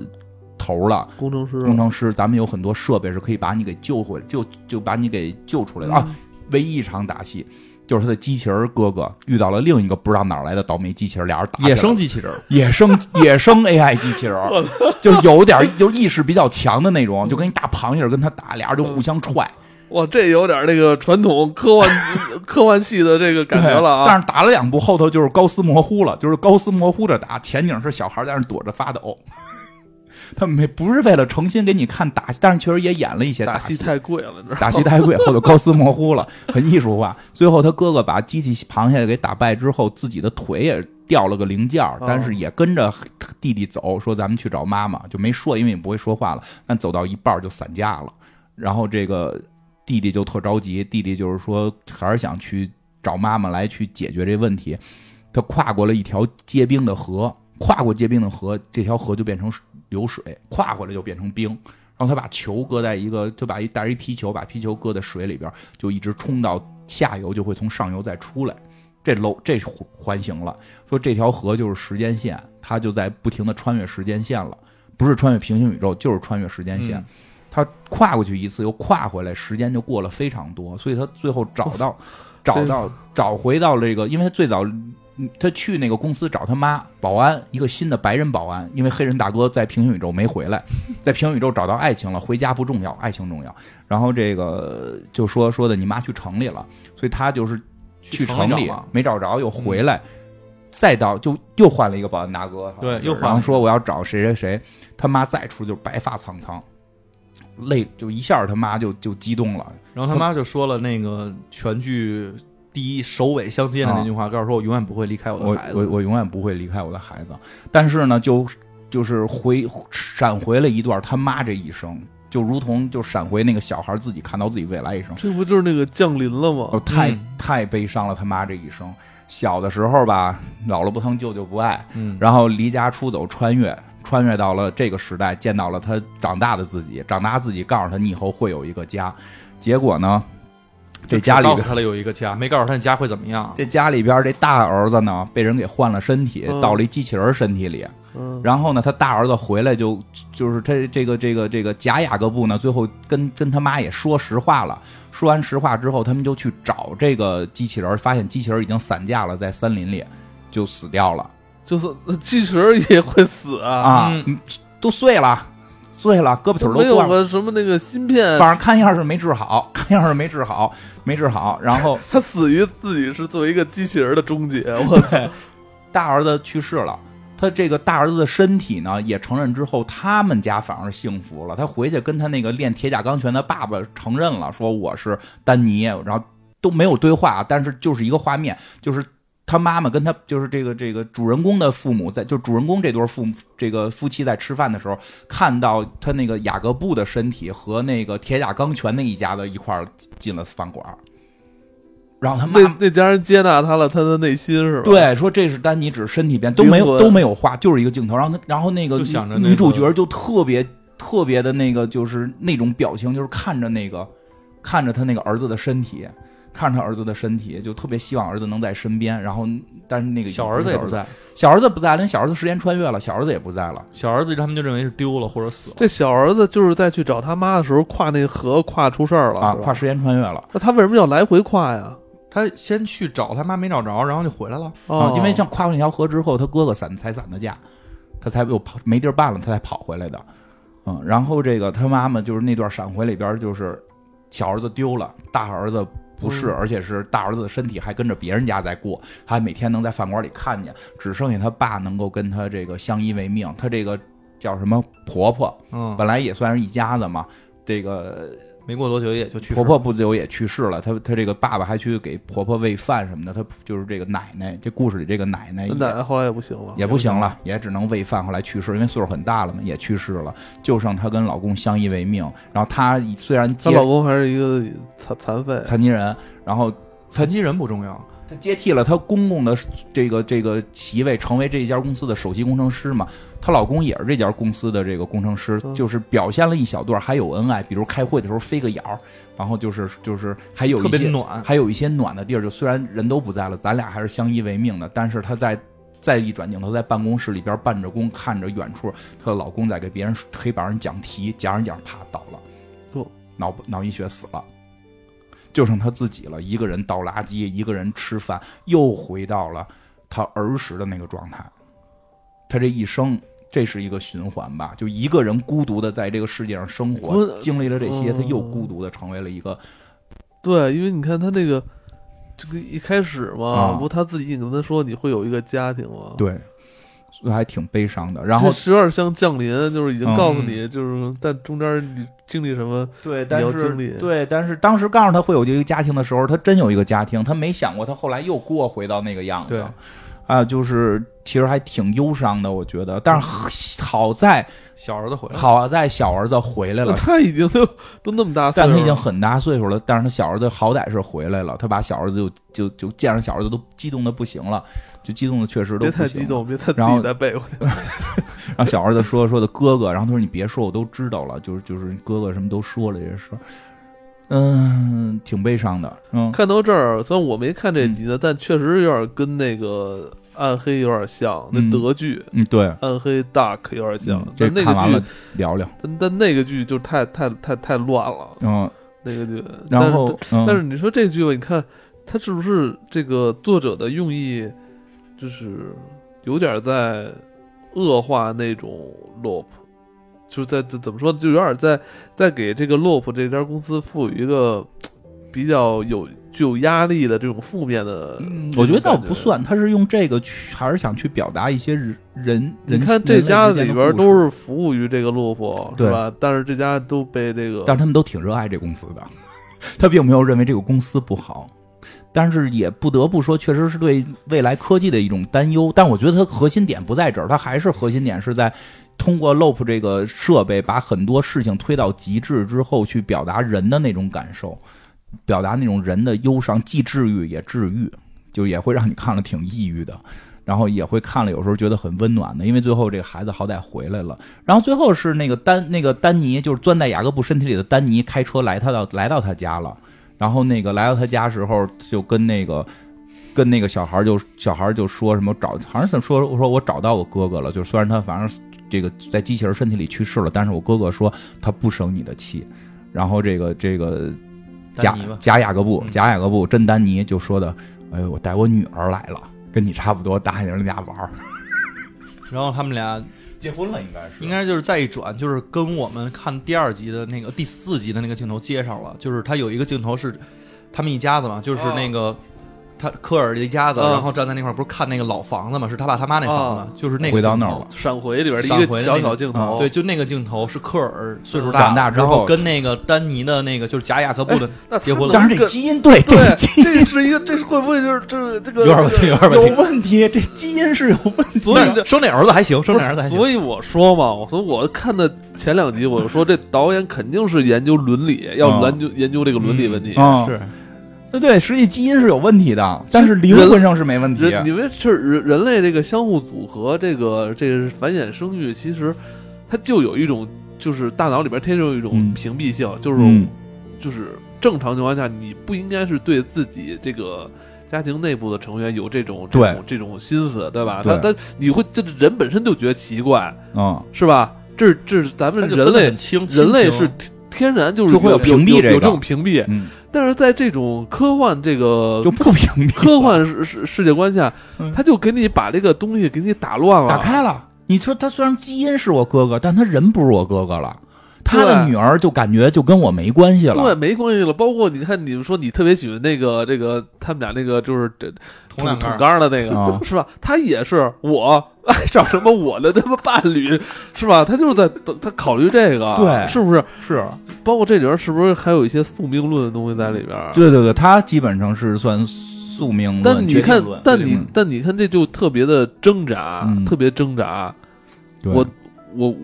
头了。工程师啊工程师，咱们有很多设备是可以把你给救回，就就把你给救出来的啊！唯一一场打戏，就是他的机器人哥哥遇到了另一个不知道哪儿来的倒霉机器人，俩人打起来野了生机器人儿，野生野生 AI 机器人儿，就是有点儿就意识比较强的那种，就跟一大螃蟹儿跟他打，俩人就互相踹，哇，这有点那个传统科 幻科幻系的这个 感觉了啊！对但是打了两步，后头就是高斯模糊了，就是高斯模糊着打，前景是小孩在那儿躲着发抖。 他没不是为了诚心给你看打戏，但是确实也演了一些打戏戏太贵了，你知道吗？打戏太贵，后头高斯模糊了，很艺术化。最后他哥哥把机器螃蟹给打败之后，自己的腿也掉了个零件儿，哦但是也跟着弟弟走，说咱们去找妈妈，就没说，因为也不会说话了。但走到一半儿就散架了，然后这个弟弟就特着急，弟弟就是说还是想去找妈妈来去解决这问题。他跨过了一条结冰的河，跨过结冰的河，这条河就变成流水，跨回来就变成冰。然后他把球搁在一个，就把一带着一皮球，把皮球搁在水里边，就一直冲到下游，就会从上游再出来。这楼这环形了，说这条河就是时间线，它就在不停的穿越时间线了，不是穿越平行宇宙，就是穿越时间线。嗯他跨过去一次，又跨回来，时间就过了非常多，所以他最后找到，找到找回到了这个，因为他最早嗯他去那个公司找他妈，保安一个新的白人保安，因为黑人大哥在平行宇宙没回来，在平行宇宙找到爱情了，回家不重要，爱情重要。然后这个就说说的你妈去城里了，所以他就是去城城里里找嘛嗯没找着，又回来，再到就又换了一个保安大哥，好像对是又换了然后说我要找谁谁谁，他妈再出就是白发苍苍，泪就一下他妈就就激动了，然后他妈就说了那个全剧第一首尾相接的那句话，告诉说我永远不会离开我啊我的孩子。我我永远不会离开我的孩子。但是呢，就就是回闪回了一段他妈这一生，就如同就闪回那个小孩自己看到自己未来一生，这不就是那个降临了哦吗？，太、嗯太悲伤了，他妈这一生。小的时候吧，姥姥不疼，舅舅不爱，嗯，然后离家出走，穿越。穿越到了这个时代，见到了他长大的自己，长大自己告诉他，你以后会有一个家。结果呢，这家里告边诉他了有一个家，没告诉他你家会怎么样。这家里边这大儿子呢，被人给换了身体，嗯到了一机器人身体里。嗯，然后呢，他大儿子回来就就是这这个这个这个假雅各布呢，最后跟跟他妈也说实话了。说完实话之后，他们就去找这个机器人，发现机器人已经散架了，在森林里就死掉了就是机器人也会死啊，啊嗯，嗯都碎了，碎了，胳膊腿儿没都有断了。个什么那个芯片，反正看样是没治好，看样是没治好，没治好。然后他死于自己是作为一个机器人的终结。我大儿子去世了，他这个大儿子的身体呢也承认之后，他们家反而幸福了。他回去跟他那个练铁甲钢拳的爸爸承认了，说我是丹尼，然后都没有对话，但是就是一个画面，就是他妈妈跟他就是这个这个主人公的父母在，就主人公这对父母这个夫妻在吃饭的时候，看到他那个雅各布的身体和那个铁甲钢拳那一家的一块儿进了饭馆儿，然后他妈那那家人接纳他了，他的内心是吧？，对，说这是丹尼只身体变，都灵没有魂都没有画，就是一个镜头。然后他，然后那个就女想着那女主个角就特别特别的那个，就是那种表情，就是看着那个看着他那个儿子的身体，看着他儿子的身体，就特别希望儿子能在身边。然后，但是那个小儿子也不，在，小儿子不在了，因为小儿子时间穿越了，小儿子也不在了。小儿子他们就认为是丢了或者死了。这小儿子就是在去找他妈的时候跨那河跨出事儿了啊，是吧跨时间穿越了那他为什么要来回跨呀？他先去找他妈没找着，然后就回来了。哦，啊！因为像跨过那条河之后，他哥哥散才散的架，他才又跑没地儿办了，他才跑回来的。嗯，然后这个他妈妈就是那段闪回里边，就是小儿子丢了，大儿子不是，嗯而且是大儿子的身体还跟着别人家在过，他每天能在饭馆里看见，只剩下他爸能够跟他这个相依为命。他这个叫什么婆婆，嗯，本来也算是一家子嘛。这个没过多久也就去世婆婆不久也去世了，她她这个爸爸还去给婆婆喂饭什么的，她就是这个奶奶，这故事里这个奶奶也那奶奶后来也不啊行了，也不行了，也只能喂饭。后来去世，因为岁数很大了嘛，也去世了，就剩她跟老公相依为命。然后她虽然她接老公还是一个残残废，残疾人，然后残疾人不重要，她接替了她公公的这个这个席位，成为这家公司的首席工程师嘛。她老公也是这家公司的这个工程师，嗯就是表现了一小段还有恩爱，比如开会的时候飞个眼儿，然后就是就是还有特一别些暖。还有一些暖的地儿，就虽然人都不在了，咱俩还是相依为命的。但是她在再一转镜头，在办公室里边办着工，看着远处她的老公在给别人黑板上讲题，讲着讲着啪倒了，哟脑脑溢血死了，就剩她自己了，一个人倒垃圾，一个人吃饭，又回到了她儿时的那个状态。她这一生。这是一个循环吧，就一个人孤独的在这个世界上生活，孤经历了这些，她又嗯孤独的成为了一个对，因为你看他那个这个一开始嘛，啊不他自己已经跟他说你会有一个家庭吗？，对，所以还挺悲伤的。然后是有点像降临，就是已经嗯告诉你，就是但中间你经历什么，对，你但要是经历对，但是当时告诉他会有这个家庭的时候，他真有一个家庭，他没想过他后来又过回到那个样子对。啊，就是其实还挺忧伤的，我觉得。但是好在小儿子回来了，好在小儿子回来那了，他已经都都那么大岁但数他了，已经很大呃岁数了。但是他小儿子好歹是回来了，他把小儿子就就就见着小儿子都激动的不行了，就激动的确实都别不太行激了动，别太自然后己再背过去。然后小儿子说说的哥哥，然后他说你别说，我都知道了，就是就是哥哥什么都说了这些事儿，嗯，挺悲伤的，嗯，看到这儿，虽然我没看这集呢，但确实有点跟那个《暗黑》有点像，那嗯德剧嗯，对， 《暗黑 Dark》有点像嗯，这但那看完个了剧，聊聊，但但那个剧就太太太太乱了，嗯，那个剧。但然是后嗯但是你说这句吧，你看他是不是这个作者的用意，就是有点在恶化那种 LOP，就是在怎怎么说，就有点在在给这个 LOP 这家公司赋予一个比较有具有压力的这种负面的。我觉得倒感不算，他是用这个去，还是想去表达一些人人，你人看人这类家之间里的边故都事，是服务于这个 LOP 是对吧？但是这家都被这个但是他们都挺热爱这公司的，他并没有认为这个公司不好。但是也不得不说，确实是对未来科技的一种担忧。但我觉得它核心点不在这儿，它还是核心点是在通过 LOP 这个设备，把很多事情推到极致之后，去表达人的那种感受，表达那种人的忧伤，既治愈也治愈，就也会让你看了挺抑郁的。然后也会看了，有时候觉得很温暖的，因为最后这个孩子好歹回来了。然后最后是那个丹，那个丹尼就是钻在雅各布身体里的丹尼开车来他到来到他家了。然后那个来到他家时候，就跟那个跟那个小孩儿就小孩儿就说什么找，好像是说我说我找到我哥哥了，就是虽然他反正这个在机器人身体里去世了，但是我哥哥说他不生你的气。然后这个这个假丹尼吧，假雅各布嗯假雅各布真丹尼就说的，哎呦，我带我女儿来了，跟你差不多大，你让俩玩儿，然后他们俩结婚了应该是应该就是再一转，就是跟我们看第二集的那个第四集的那个镜头接上了，就是他有一个镜头是他们一家子嘛，就是那个。他他科尔的一家子，哦嗯哦然后站在那块儿，不是看那个老房子嘛，是他爸他妈那房子，就是那个回到镜那头儿了。闪回里边的闪一回个的小那个小镜头，对，，就那个镜头是科尔岁数长大之后然后跟那个丹尼的那个就是贾雅克布的那结婚了但是这这基因对，这 对，基因这是一个，这是会不会就是这这 个有点问题，有点问题，有问题，这基因是有问 题。所以但是生那儿子还行，生那儿子还行。所以我说嘛，我说我看的前两集，我就说这导演肯定是研究伦理，要研究研究这个伦理问题。啊，是对对，实际基因是有问题的，但是灵魂上是没问题。啊人，你们是人人类这个相互组合，这个这个繁衍生育，其实它就有一种就是大脑里边天生有一种嗯屏蔽性，就是、嗯，就是正常情况下，你不应该是对自己这个。家庭内部的成员有这种这种这种心思，对吧？对他他你会这人本身就觉得奇怪，嗯，是吧？这是这是咱们他就人分得类很清，人类亲情是天天然就是就会有有屏蔽有这有个有这种屏蔽，嗯，但是在这种科幻这 个就不屏蔽，呃科幻世世世界观下嗯，他就给你把这个东西给你打乱了，打开了。你说他虽然基因是我哥哥，但他人不是我哥哥了，他的对女儿就感觉就跟我没关系对，了。没关系了。包括你看，你们说你特别喜欢那个这个他们俩那个就是这同两捅杆杆儿的那个、啊是吧？他也是我爱上什么我的他妈伴侣是吧？他就是在他考虑这个，对是不是？是，包括这里边是不是还有一些宿命论的东西在里边？对对对，他基本上是算宿命论但你决看定论，但决你定论但你看，这就特别的挣扎，嗯特别挣扎。对我我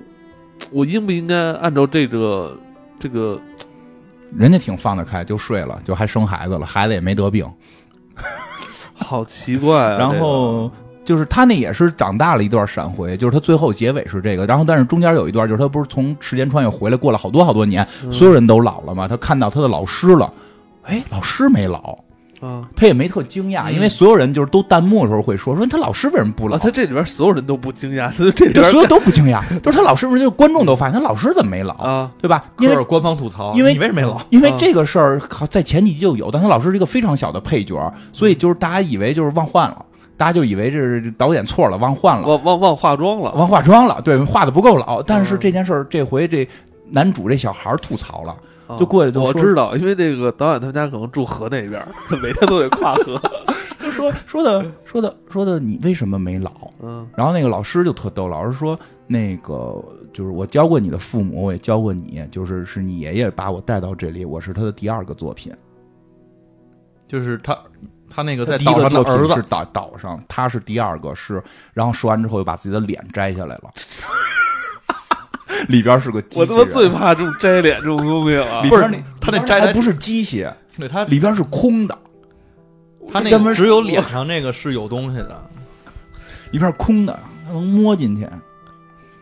我应不应该按照这个这个？人家挺放得开，就睡了，就还生孩子了，孩子也没得病。好奇怪、啊。然后就是他那也是长大了一段闪回，就是他最后结尾是这个，然后但是中间有一段就是他不是从时间穿越回来过了好多好多年，这个、嗯所有人都老了嘛，他看到他的老师了，哎，老师没老，啊他也没特惊讶，嗯因为所有人就是都弹幕的时候会说说他老师为什么不老啊，。他这里边所有人都不惊讶，所以这里就边所有都不惊讶，就是他老师，就是观众都发现他老师怎么没老，啊，对吧？因科为尔啊官方吐槽，因为你为什么没老？因为这个事儿靠在前几集就有，但他老师是一个非常小的配角，所以就是大家以为就是忘换了，大家就以为这是导演错了，忘换了，忘忘忘化妆了。忘化妆了，对，化的不够老。但嗯是这件事儿，这回这男主这小孩儿吐槽了，啊就过去就我说知道，因为这个导演他们家可能住河那边，每天都得跨 河。就说说的说的说的你为什么没老？嗯然后那个老师就特逗，老师说那个就是我教过你的父母，我也教过你，就是是你爷爷把我带到这里，我是他的第二个作品。就是他他那个在第一岛个上的作品儿子是岛岛上，他是第二个是，然后说完之后又把自己的脸摘下来了， 里边是个机器我人他妈最怕这种摘脸这种东西了里。不是边那他那里边摘下来还不是机械，对他里边是空的，他那根本个只有脸上那个是有东西的，里边是空的，他能摸进去。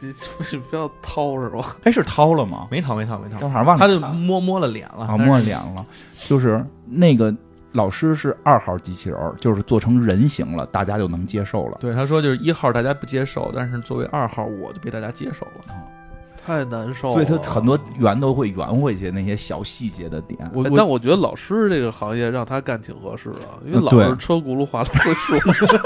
你你不要掏是 吧？哎，是掏了吗？没掏没掏没掏，正好忘了他就看摸摸了脸了，啊，但是摸脸了，就是那个老师是二号机器人儿，就是做成人形了，大家就能接受了。对他说就是一号大家不接受，但是作为二号我就被大家接受了。太难受了。所以他很多圆都会圆回去那些小细节的点。我哎我但我觉得老师这个行业让他干挺合适的，因为嗯老对师车轱辘话都会说。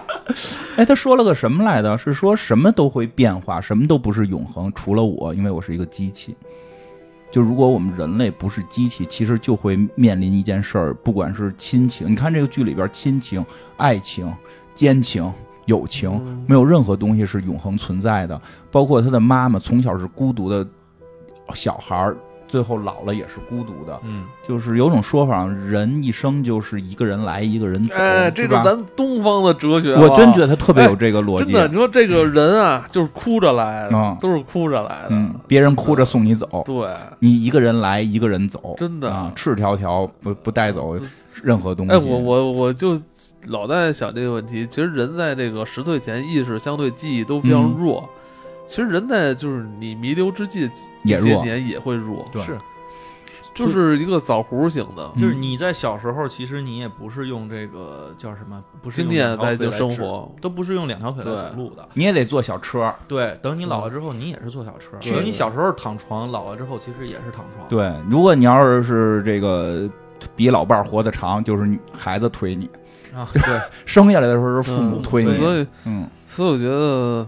哎，他说了个什么来的？是说什么都会变化，什么都不是永恒，除了我，因为我是一个机器。就如果我们人类不是机器，其实就会面临一件事儿，不管是亲情，你看这个剧里边，亲情、爱情、奸情、友哎情，没有任何东西是永恒存在的。包括他的妈妈从小是孤独的小孩儿，最后老了也是孤独的。嗯，就是有种说法，人一生就是一个人来，一个人走，哎，这是就是吧？咱们东方的哲学啊。我真觉得他特别有这个逻真辑。的，你说这个人啊，就是哭着来嗯的，都是哭着来嗯的。，别人哭着送你走，对，你一个人来，一个人走，真的啊，赤条条不不带走任何东西。哎，我我我就老在想这个问题。其实人在这个十岁前，意识相对记忆都非常嗯弱。其实人在就是你弥留之际也这些弱，年也会弱，对是，就是一个枣核型嗯的。就是你在小时候，其实你也不是用这个叫什么，不是经用验两在条就腿生来治，活，都不是用两条腿来对嗯走路的。你也得坐小车。对，等你老了之后，你也是坐小车。对因为你小时候躺床，老了之后其实也是躺床。对，如果你要是这个比老伴儿活得长，就是女孩子推你，啊， 对，生下来的时候是父母嗯推所以所你。以嗯，所以我觉得，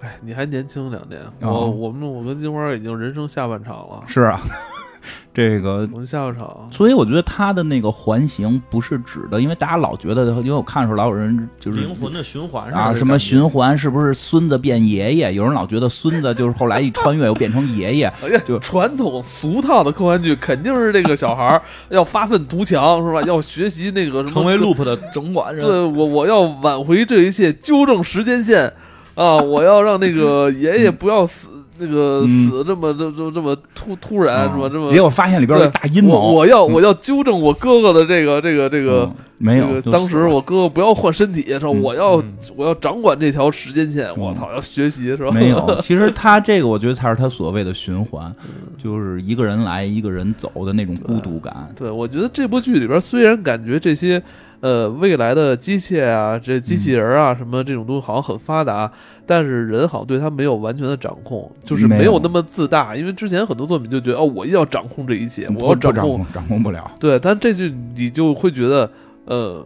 哎，啊你还年轻两年，我、我们我跟金花已经人生下半场了，是啊， 这个我们下半场所以我觉得他的那个环形不是指的，因为大家老觉得，因为我看的时候老有人就是灵魂的循环上啊的什么感觉循环，是不是孙子变爷爷？有人老觉得孙子就是后来一穿越又变成爷爷，哎呀就，传统俗套的科幻剧肯定是这个小孩儿要发愤图强，是吧？要学习那个什么成为 loop 的总管人，对我，我要挽回这一切，纠正时间线啊！我要让那个爷爷不要死，那个嗯死这么这这这么突突然，是吧？嗯呃这么结果发现里边有一对大阴谋，我我要我要纠正我哥哥的这个这个这个嗯没有这个，就当死时了我哥哥不要换身体，说嗯我要嗯我要掌管这条时间线，我嗯操，要学习是吧？ 没有，其实他这个我觉得才是他所谓的循环，嗯就是一个人来一个人走的那种孤独感。对，我觉得这部剧里边虽然感觉这些呃未来的机械啊、这机嗯器人啊、什么这种东西好像很发达，但是人好像对它没有完全的掌控，就是没没有有那么自大。因为之前很多作品就觉得哦，我一定要掌控这一切，我要嗯不掌控。控掌控不了，对，但这剧你就会觉得呃，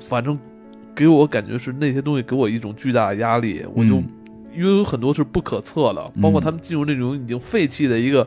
反正给我感觉是那些东西给我一种巨大的压力，我就、嗯因为有很多是不可测的，包括他们进入那种已经废弃的一个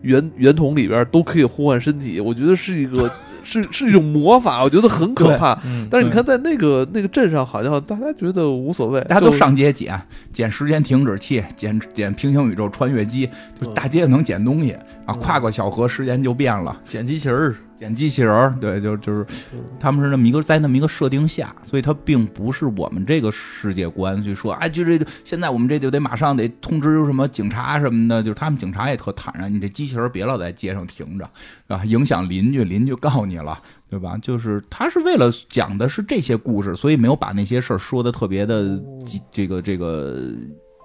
圆圆筒里边都可以呼唤身体，我觉得是一个 是是一种魔法，我觉得很可怕。嗯，但是你看，在那个那个镇上，好像大家觉得无所谓，大家都就上街捡捡时间停止器，捡捡平行宇宙穿越机，就是嗯大街能捡东西啊，嗯跨过小河时间就变了，捡机器人儿，捡机器人儿，对，就就是嗯他们是那么一个在那么一个设定下，所以它并不是我们这个世界观去说，哎，就这现在我们这就得马上得通知什么警察什么的，就是他们警察也特坦然，你这机器人别老在街上停着啊，影响邻居，邻居告你了，对吧？就是他是为了讲的是这些故事，所以没有把那些事儿说的特别的哦几这个这个。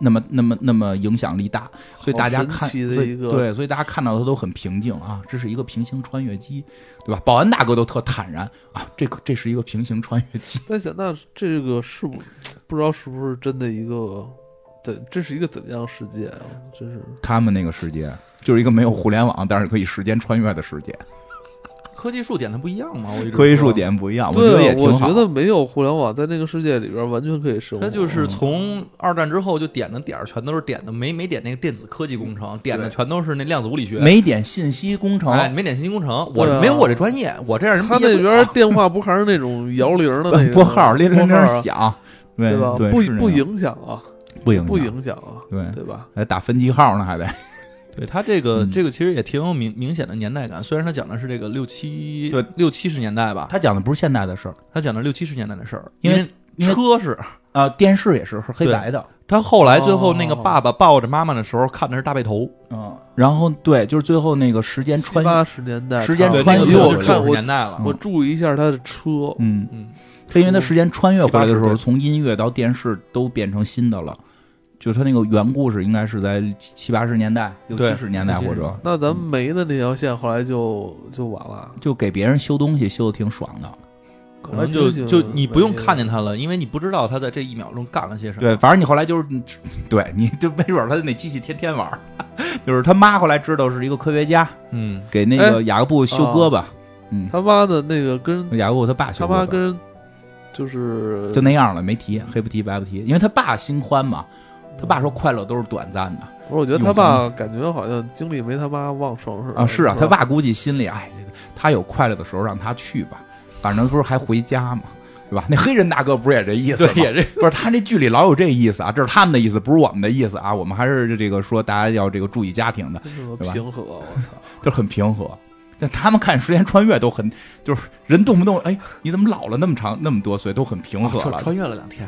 那么，那么，那么影响力大，所以大家好看神奇的一个对，所以大家看到他都很平静啊，这是一个平行穿越机，对吧？保安大哥都特坦然啊，这个这是一个平行穿越机，在想，那这个是不不知道是不是真的一个，怎这是一个怎么样的世界啊？真是。他们那个世界就是一个没有互联网，但是可以时间穿越的世界，科技树点的不一样嘛，我一直科技说数点不一样，我觉得对也啊，我挺好。觉得没有互联网，在那个世界里边完全可以生活。他就是从二战之后就点的点儿全都是点的，没没点那个电子科技工程，点的全都是那量子物理学。没点信息工程，哎，没点信息工程，我对啊没有我这专业，我这样人他毕业那不边了电话不还是那种摇铃的那拨个嗯拨号铃铃拨号铃啊响，对对吧？对，是不那不样影响啊，不影不响，影响啊，对，对吧？还打分机号呢，还得对他这个嗯这个其实也挺有明明显的年代感，虽然他讲的是这个六七对六七十年代吧，他讲的不是现代的事儿他讲的六七十年代的事儿，因为为车是啊，电视也是是黑白的，他后来最后那个哦爸爸抱着妈妈的时候看的是大背头，嗯，然后对，就是最后那个时间穿八越，十年代，时间差不多对，那穿越个因为我就看九十我年代哦了，我注意一下他的车，嗯，嗯，他因为他时间穿越回来的时七八候，十从音乐到电视都变成新的了。就是他那个原故事应该是在七七八十年代、六对七十年代，六七十或者嗯那咱们没的那条线后来就就完了，就给别人修东西修的挺爽的。可能就就你不用看见他了，因为你不知道他在这一秒钟干了些什么。对，反正你后来就是，嗯对，你就没准儿他那机器天天玩儿， 就是他妈后来知道是一个科学家，嗯，给那个雅各布修胳膊，嗯，他妈的那个跟雅各布他爸修他胳妈膊，跟就是就那样了，没提，黑不提白不提，因为他爸心宽嘛，嗯他爸说快乐都是短暂的，不是，我觉得他爸感觉好像精力没他妈旺盛似的啊，是啊，吧他爸估计心里，哎，这个他有快乐的时候让他去吧，反正不是还回家嘛，对吧？那黑人大哥不是也这意思吗？对，也这不是他这剧里老有这意思啊，这是他们的意思，不是我们的意思啊。我们还是这个说大家要这个注意家庭的，真他妈对吧平和，我操！就是很平和。但他们看时间穿越都很，就是人动不动哎，你怎么老了那么长那么多岁，都很平和啊穿了，穿越了两天，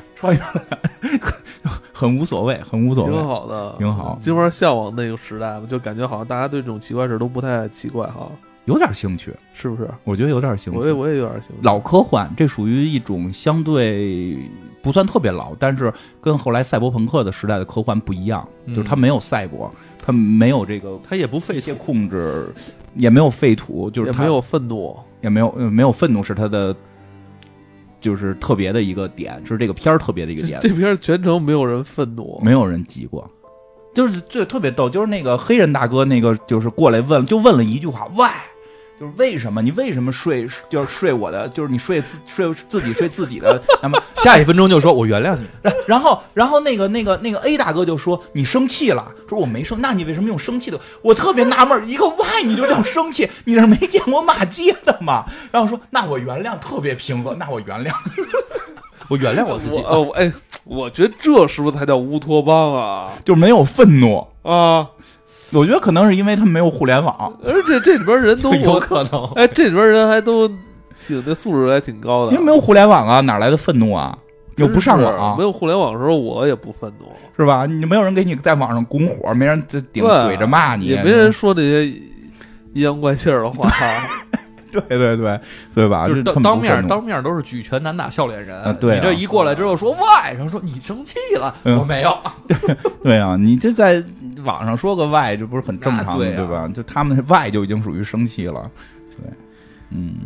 很无所谓，很无所挺谓。好嗯的，挺好金花向往那个时代嘛，就感觉好像大家对这种奇怪事儿都不太奇怪哈，有点兴趣，是不是？我觉得有点兴趣。我也我也有点兴趣。老科幻，这属于一种相对不算特别老，但是跟后来赛博朋克的时代的科幻不一样，嗯就是它没有赛博，它没有这个他也不机费械劲。控制，也没有废土，就是也它没有愤怒，也没有呃没有愤怒是它的。就是特别的一个点，是这个片儿特别的一个这点，这片全程没有人愤怒，没有人急过，就是这特别逗，就是那个黑人大哥那个就是过来问，就问了一句话，喂，就是为什么你为什么睡就是睡我的，就是你睡自睡自己睡自己的，那么 下一分钟就说我原谅你，然然后然后那个那个那个 A 大哥就说你生气了，说我没生，那你为什么用生气的？我特别纳闷儿，一个 Y 你就这样生气，你是没见过骂街的吗？然后说那我原谅，特别平和，那我原谅。我原谅我呃自己。我哦，哎，我觉得这是不是才叫乌托邦啊就没有愤怒，啊！我觉得可能是因为他们没有互联网，而且这里边人 都 有我可能，哎，这里边人还都挺那素质还挺高的。因为没有互联网啊，哪来的愤怒啊？又不上真是网啊没有互联网的时候，我也不愤怒，是吧？你没有人给你在网上拱火，没人这顶对啊怼着骂你，也没人说那些阴阳怪气儿的话。 对对对对吧？就是这当他们当不愤面怒当面都是举拳难打笑脸人。啊对啊你这一过来之后说外，然后说你生气了，嗯我没有。对啊，你这在网上说个 Y，这不是很正常那对的啊吧？就他们 Y 就已经属于生气了，对，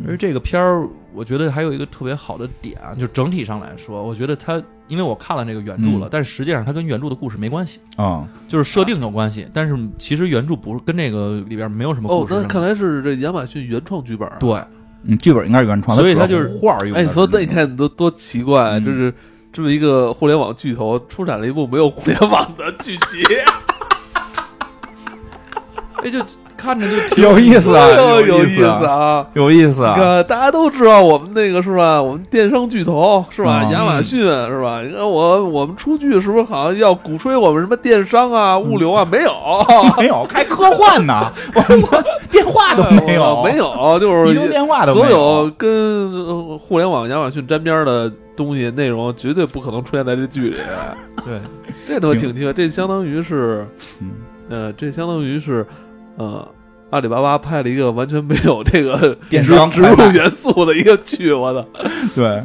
而嗯，这个片儿，我觉得还有一个特别好的点啊，就整体上来说，我觉得它，因为我看了那个原著了，嗯但是实际上它跟原著的故事没关系，啊、就是设定有关系，但是其实原著不是跟这个里边没有什么哦故，事。那看来是这亚马逊原创剧本啊。对，嗯，剧本应该是原创，所以它它就是画儿用的哎，是你吗。说那你看你多多奇怪，嗯这是这么一个互联网巨头出产了一部没有互联网的剧集，哎，就看着 就挺有意思啊，哎呦 有意意啊，啊！有意思你啊，看，大家都知道我们那个是吧？我们电商巨头是吧？嗯亚马逊是吧？你看我我们出剧是不是好像要鼓吹我们什么电商啊、嗯物流啊？没有，哦没有开科幻呢，我们电话 都没有，哎我没有，就是移动电话都没所有有跟呃互联网亚马逊沾边儿的东西内容，绝对不可能出现在这 剧里。对，这他妈挺奇怪，这相当于是，嗯呃，这相当于是，呃，阿里巴巴拍了一个完全没有这个电商植植入拍卖元素的一个剧，我操！对，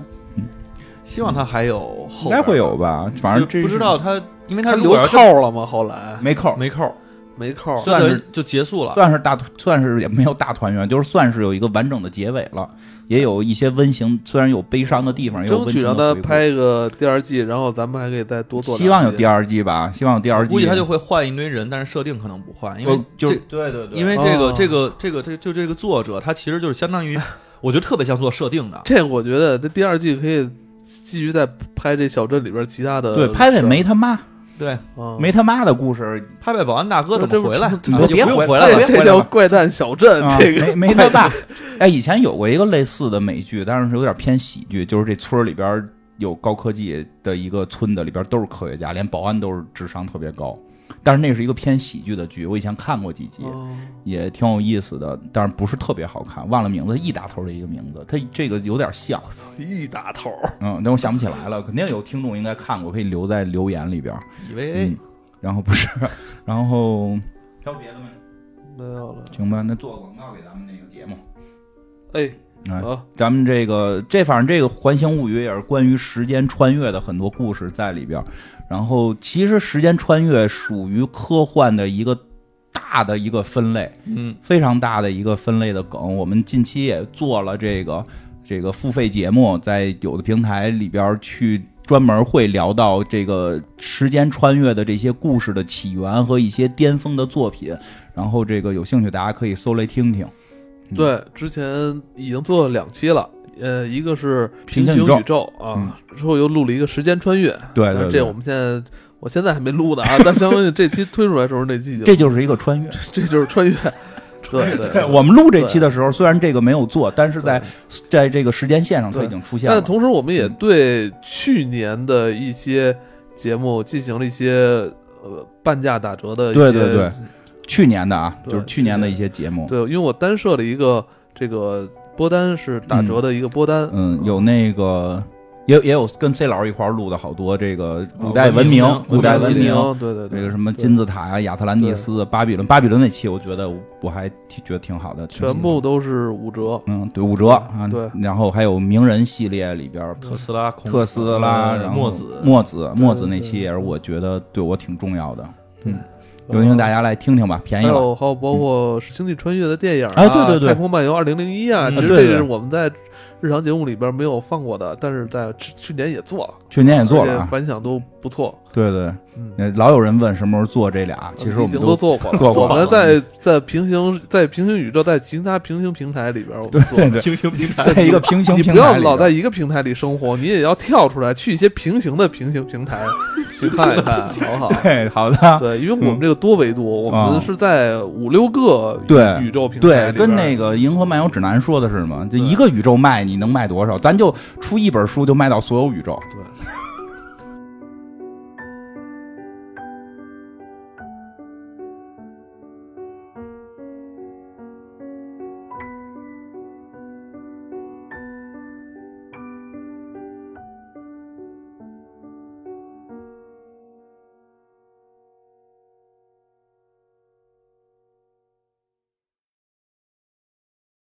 希望它还有应后边该会，有吧，反正就这不知是道它，因为它他如留果要扣了吗？后来没扣儿，没扣，没扣儿，所以算等是于哦就结束了。算是大，算是也没有大团圆，就是算是有一个完整的结尾了，也有一些温情，虽然有悲伤的地方，也有争温取情的让他回顾拍个第二季，然后咱们还可以再多做两集。希望有第二季吧，希望有第二季。估计他就会换一堆人，但是设定可能不换，因我为就这对对对因为这个、哦这个这个这个就这个作者，他其实就是相 当于，我觉得特别像做设定的。这我觉得这第二季可以继续再拍这小镇里边其他的事儿。对拍拍没他妈对，啊没他妈的故事，拍拍保安大哥怎么回来？这不你啊也就别不用回回来来了了这别。这回来叫吧怪诞小镇，啊呃这个没没他爸。哎，以前有过一个类似的美剧，但是有点偏喜剧，就是这村儿里边有高科技的一个村子，里边都是科学家，连保安都是智商特别高。但是那是一个偏喜剧的剧，我以前看过几集，哦也挺有意思的，但是不是特别好看，忘了名字，一打头的一个名字，它这个有点像，一打头儿，嗯，但我想不起来了，肯定有听众应该看过，可以留在留言里边。以为嗯，然后不是，然后还有别的吗？没有了。行吧，那做个广告给咱们那个节目。哎，哎，啊，咱们这个这反正这个《环形物语》也是关于时间穿越的很多故事在里边儿。然后其实时间穿越属于科幻的一个大的一个分类，嗯，非常大的一个分类的梗。我们近期也做了这个这个付费节目，在有的平台里边儿去专门会聊到这个时间穿越的这些故事的起源和一些巅峰的作品。然后这个有兴趣大家可以搜来听听。嗯对，之前已经做了两期了。呃，一个是平行行宇宙嗯宇宙啊，之后又录了一个时间穿越，对但对是对，这我们现在我现在还没录呢啊，但相当于这期推出来的时候，那期已经这就是一个穿越。这就是 穿越，对对对，我们录这期的时候，虽然这个没有做，但是在在这个时间线上它已经出现了但。同时，我们嗯也对去年的一些节目进行了一些呃半价打折的一些对对对去年的啊，对就是去年的一些节目，对因为我单设了一个这个播单是打折的一个播单，嗯，有那个也也有跟 C 老师一块儿录的好多这个古代文文明古代文文明明，，对对对，这个什么金字塔呀、亚特兰蒂斯、巴比伦，巴比伦那期我觉得我还挺觉得挺好的，挺喜全欢部都是五折，嗯对五折啊，对，嗯然后还有名人系列里边儿特斯拉、孔特斯拉，呃然后墨子、墨子墨子那对期也是我觉得对我挺重要的，嗯，有有兴趣大家来听听吧，便宜呃还了。有还有包括星际穿越的电影啊，哎对对对太空漫游二零零一啊，嗯其实对这对是我们在日常节目里边没有放过的，但是在去去年也做了，去年也做了而且啊，反响都不错。对对，嗯，呃老有人问什么时候做这俩，其实已我们经都都做过了，做过我了们在在平行在平行宇宙，在其他平行平台里边，我们做。对对，平行平台，在一个平行你平不要台里老边在一个平台里生活，你也要跳出来，去一些平行的平行平台去看一看，好不好？对，好的，对，因为我们这个多维度，我嗯啊们是在五六个宇对宇宙平台对，里边跟那个《银河漫游指南》说的是嘛，就一个宇宙卖，你能卖多少？咱就出一本书就卖到所有宇宙，对，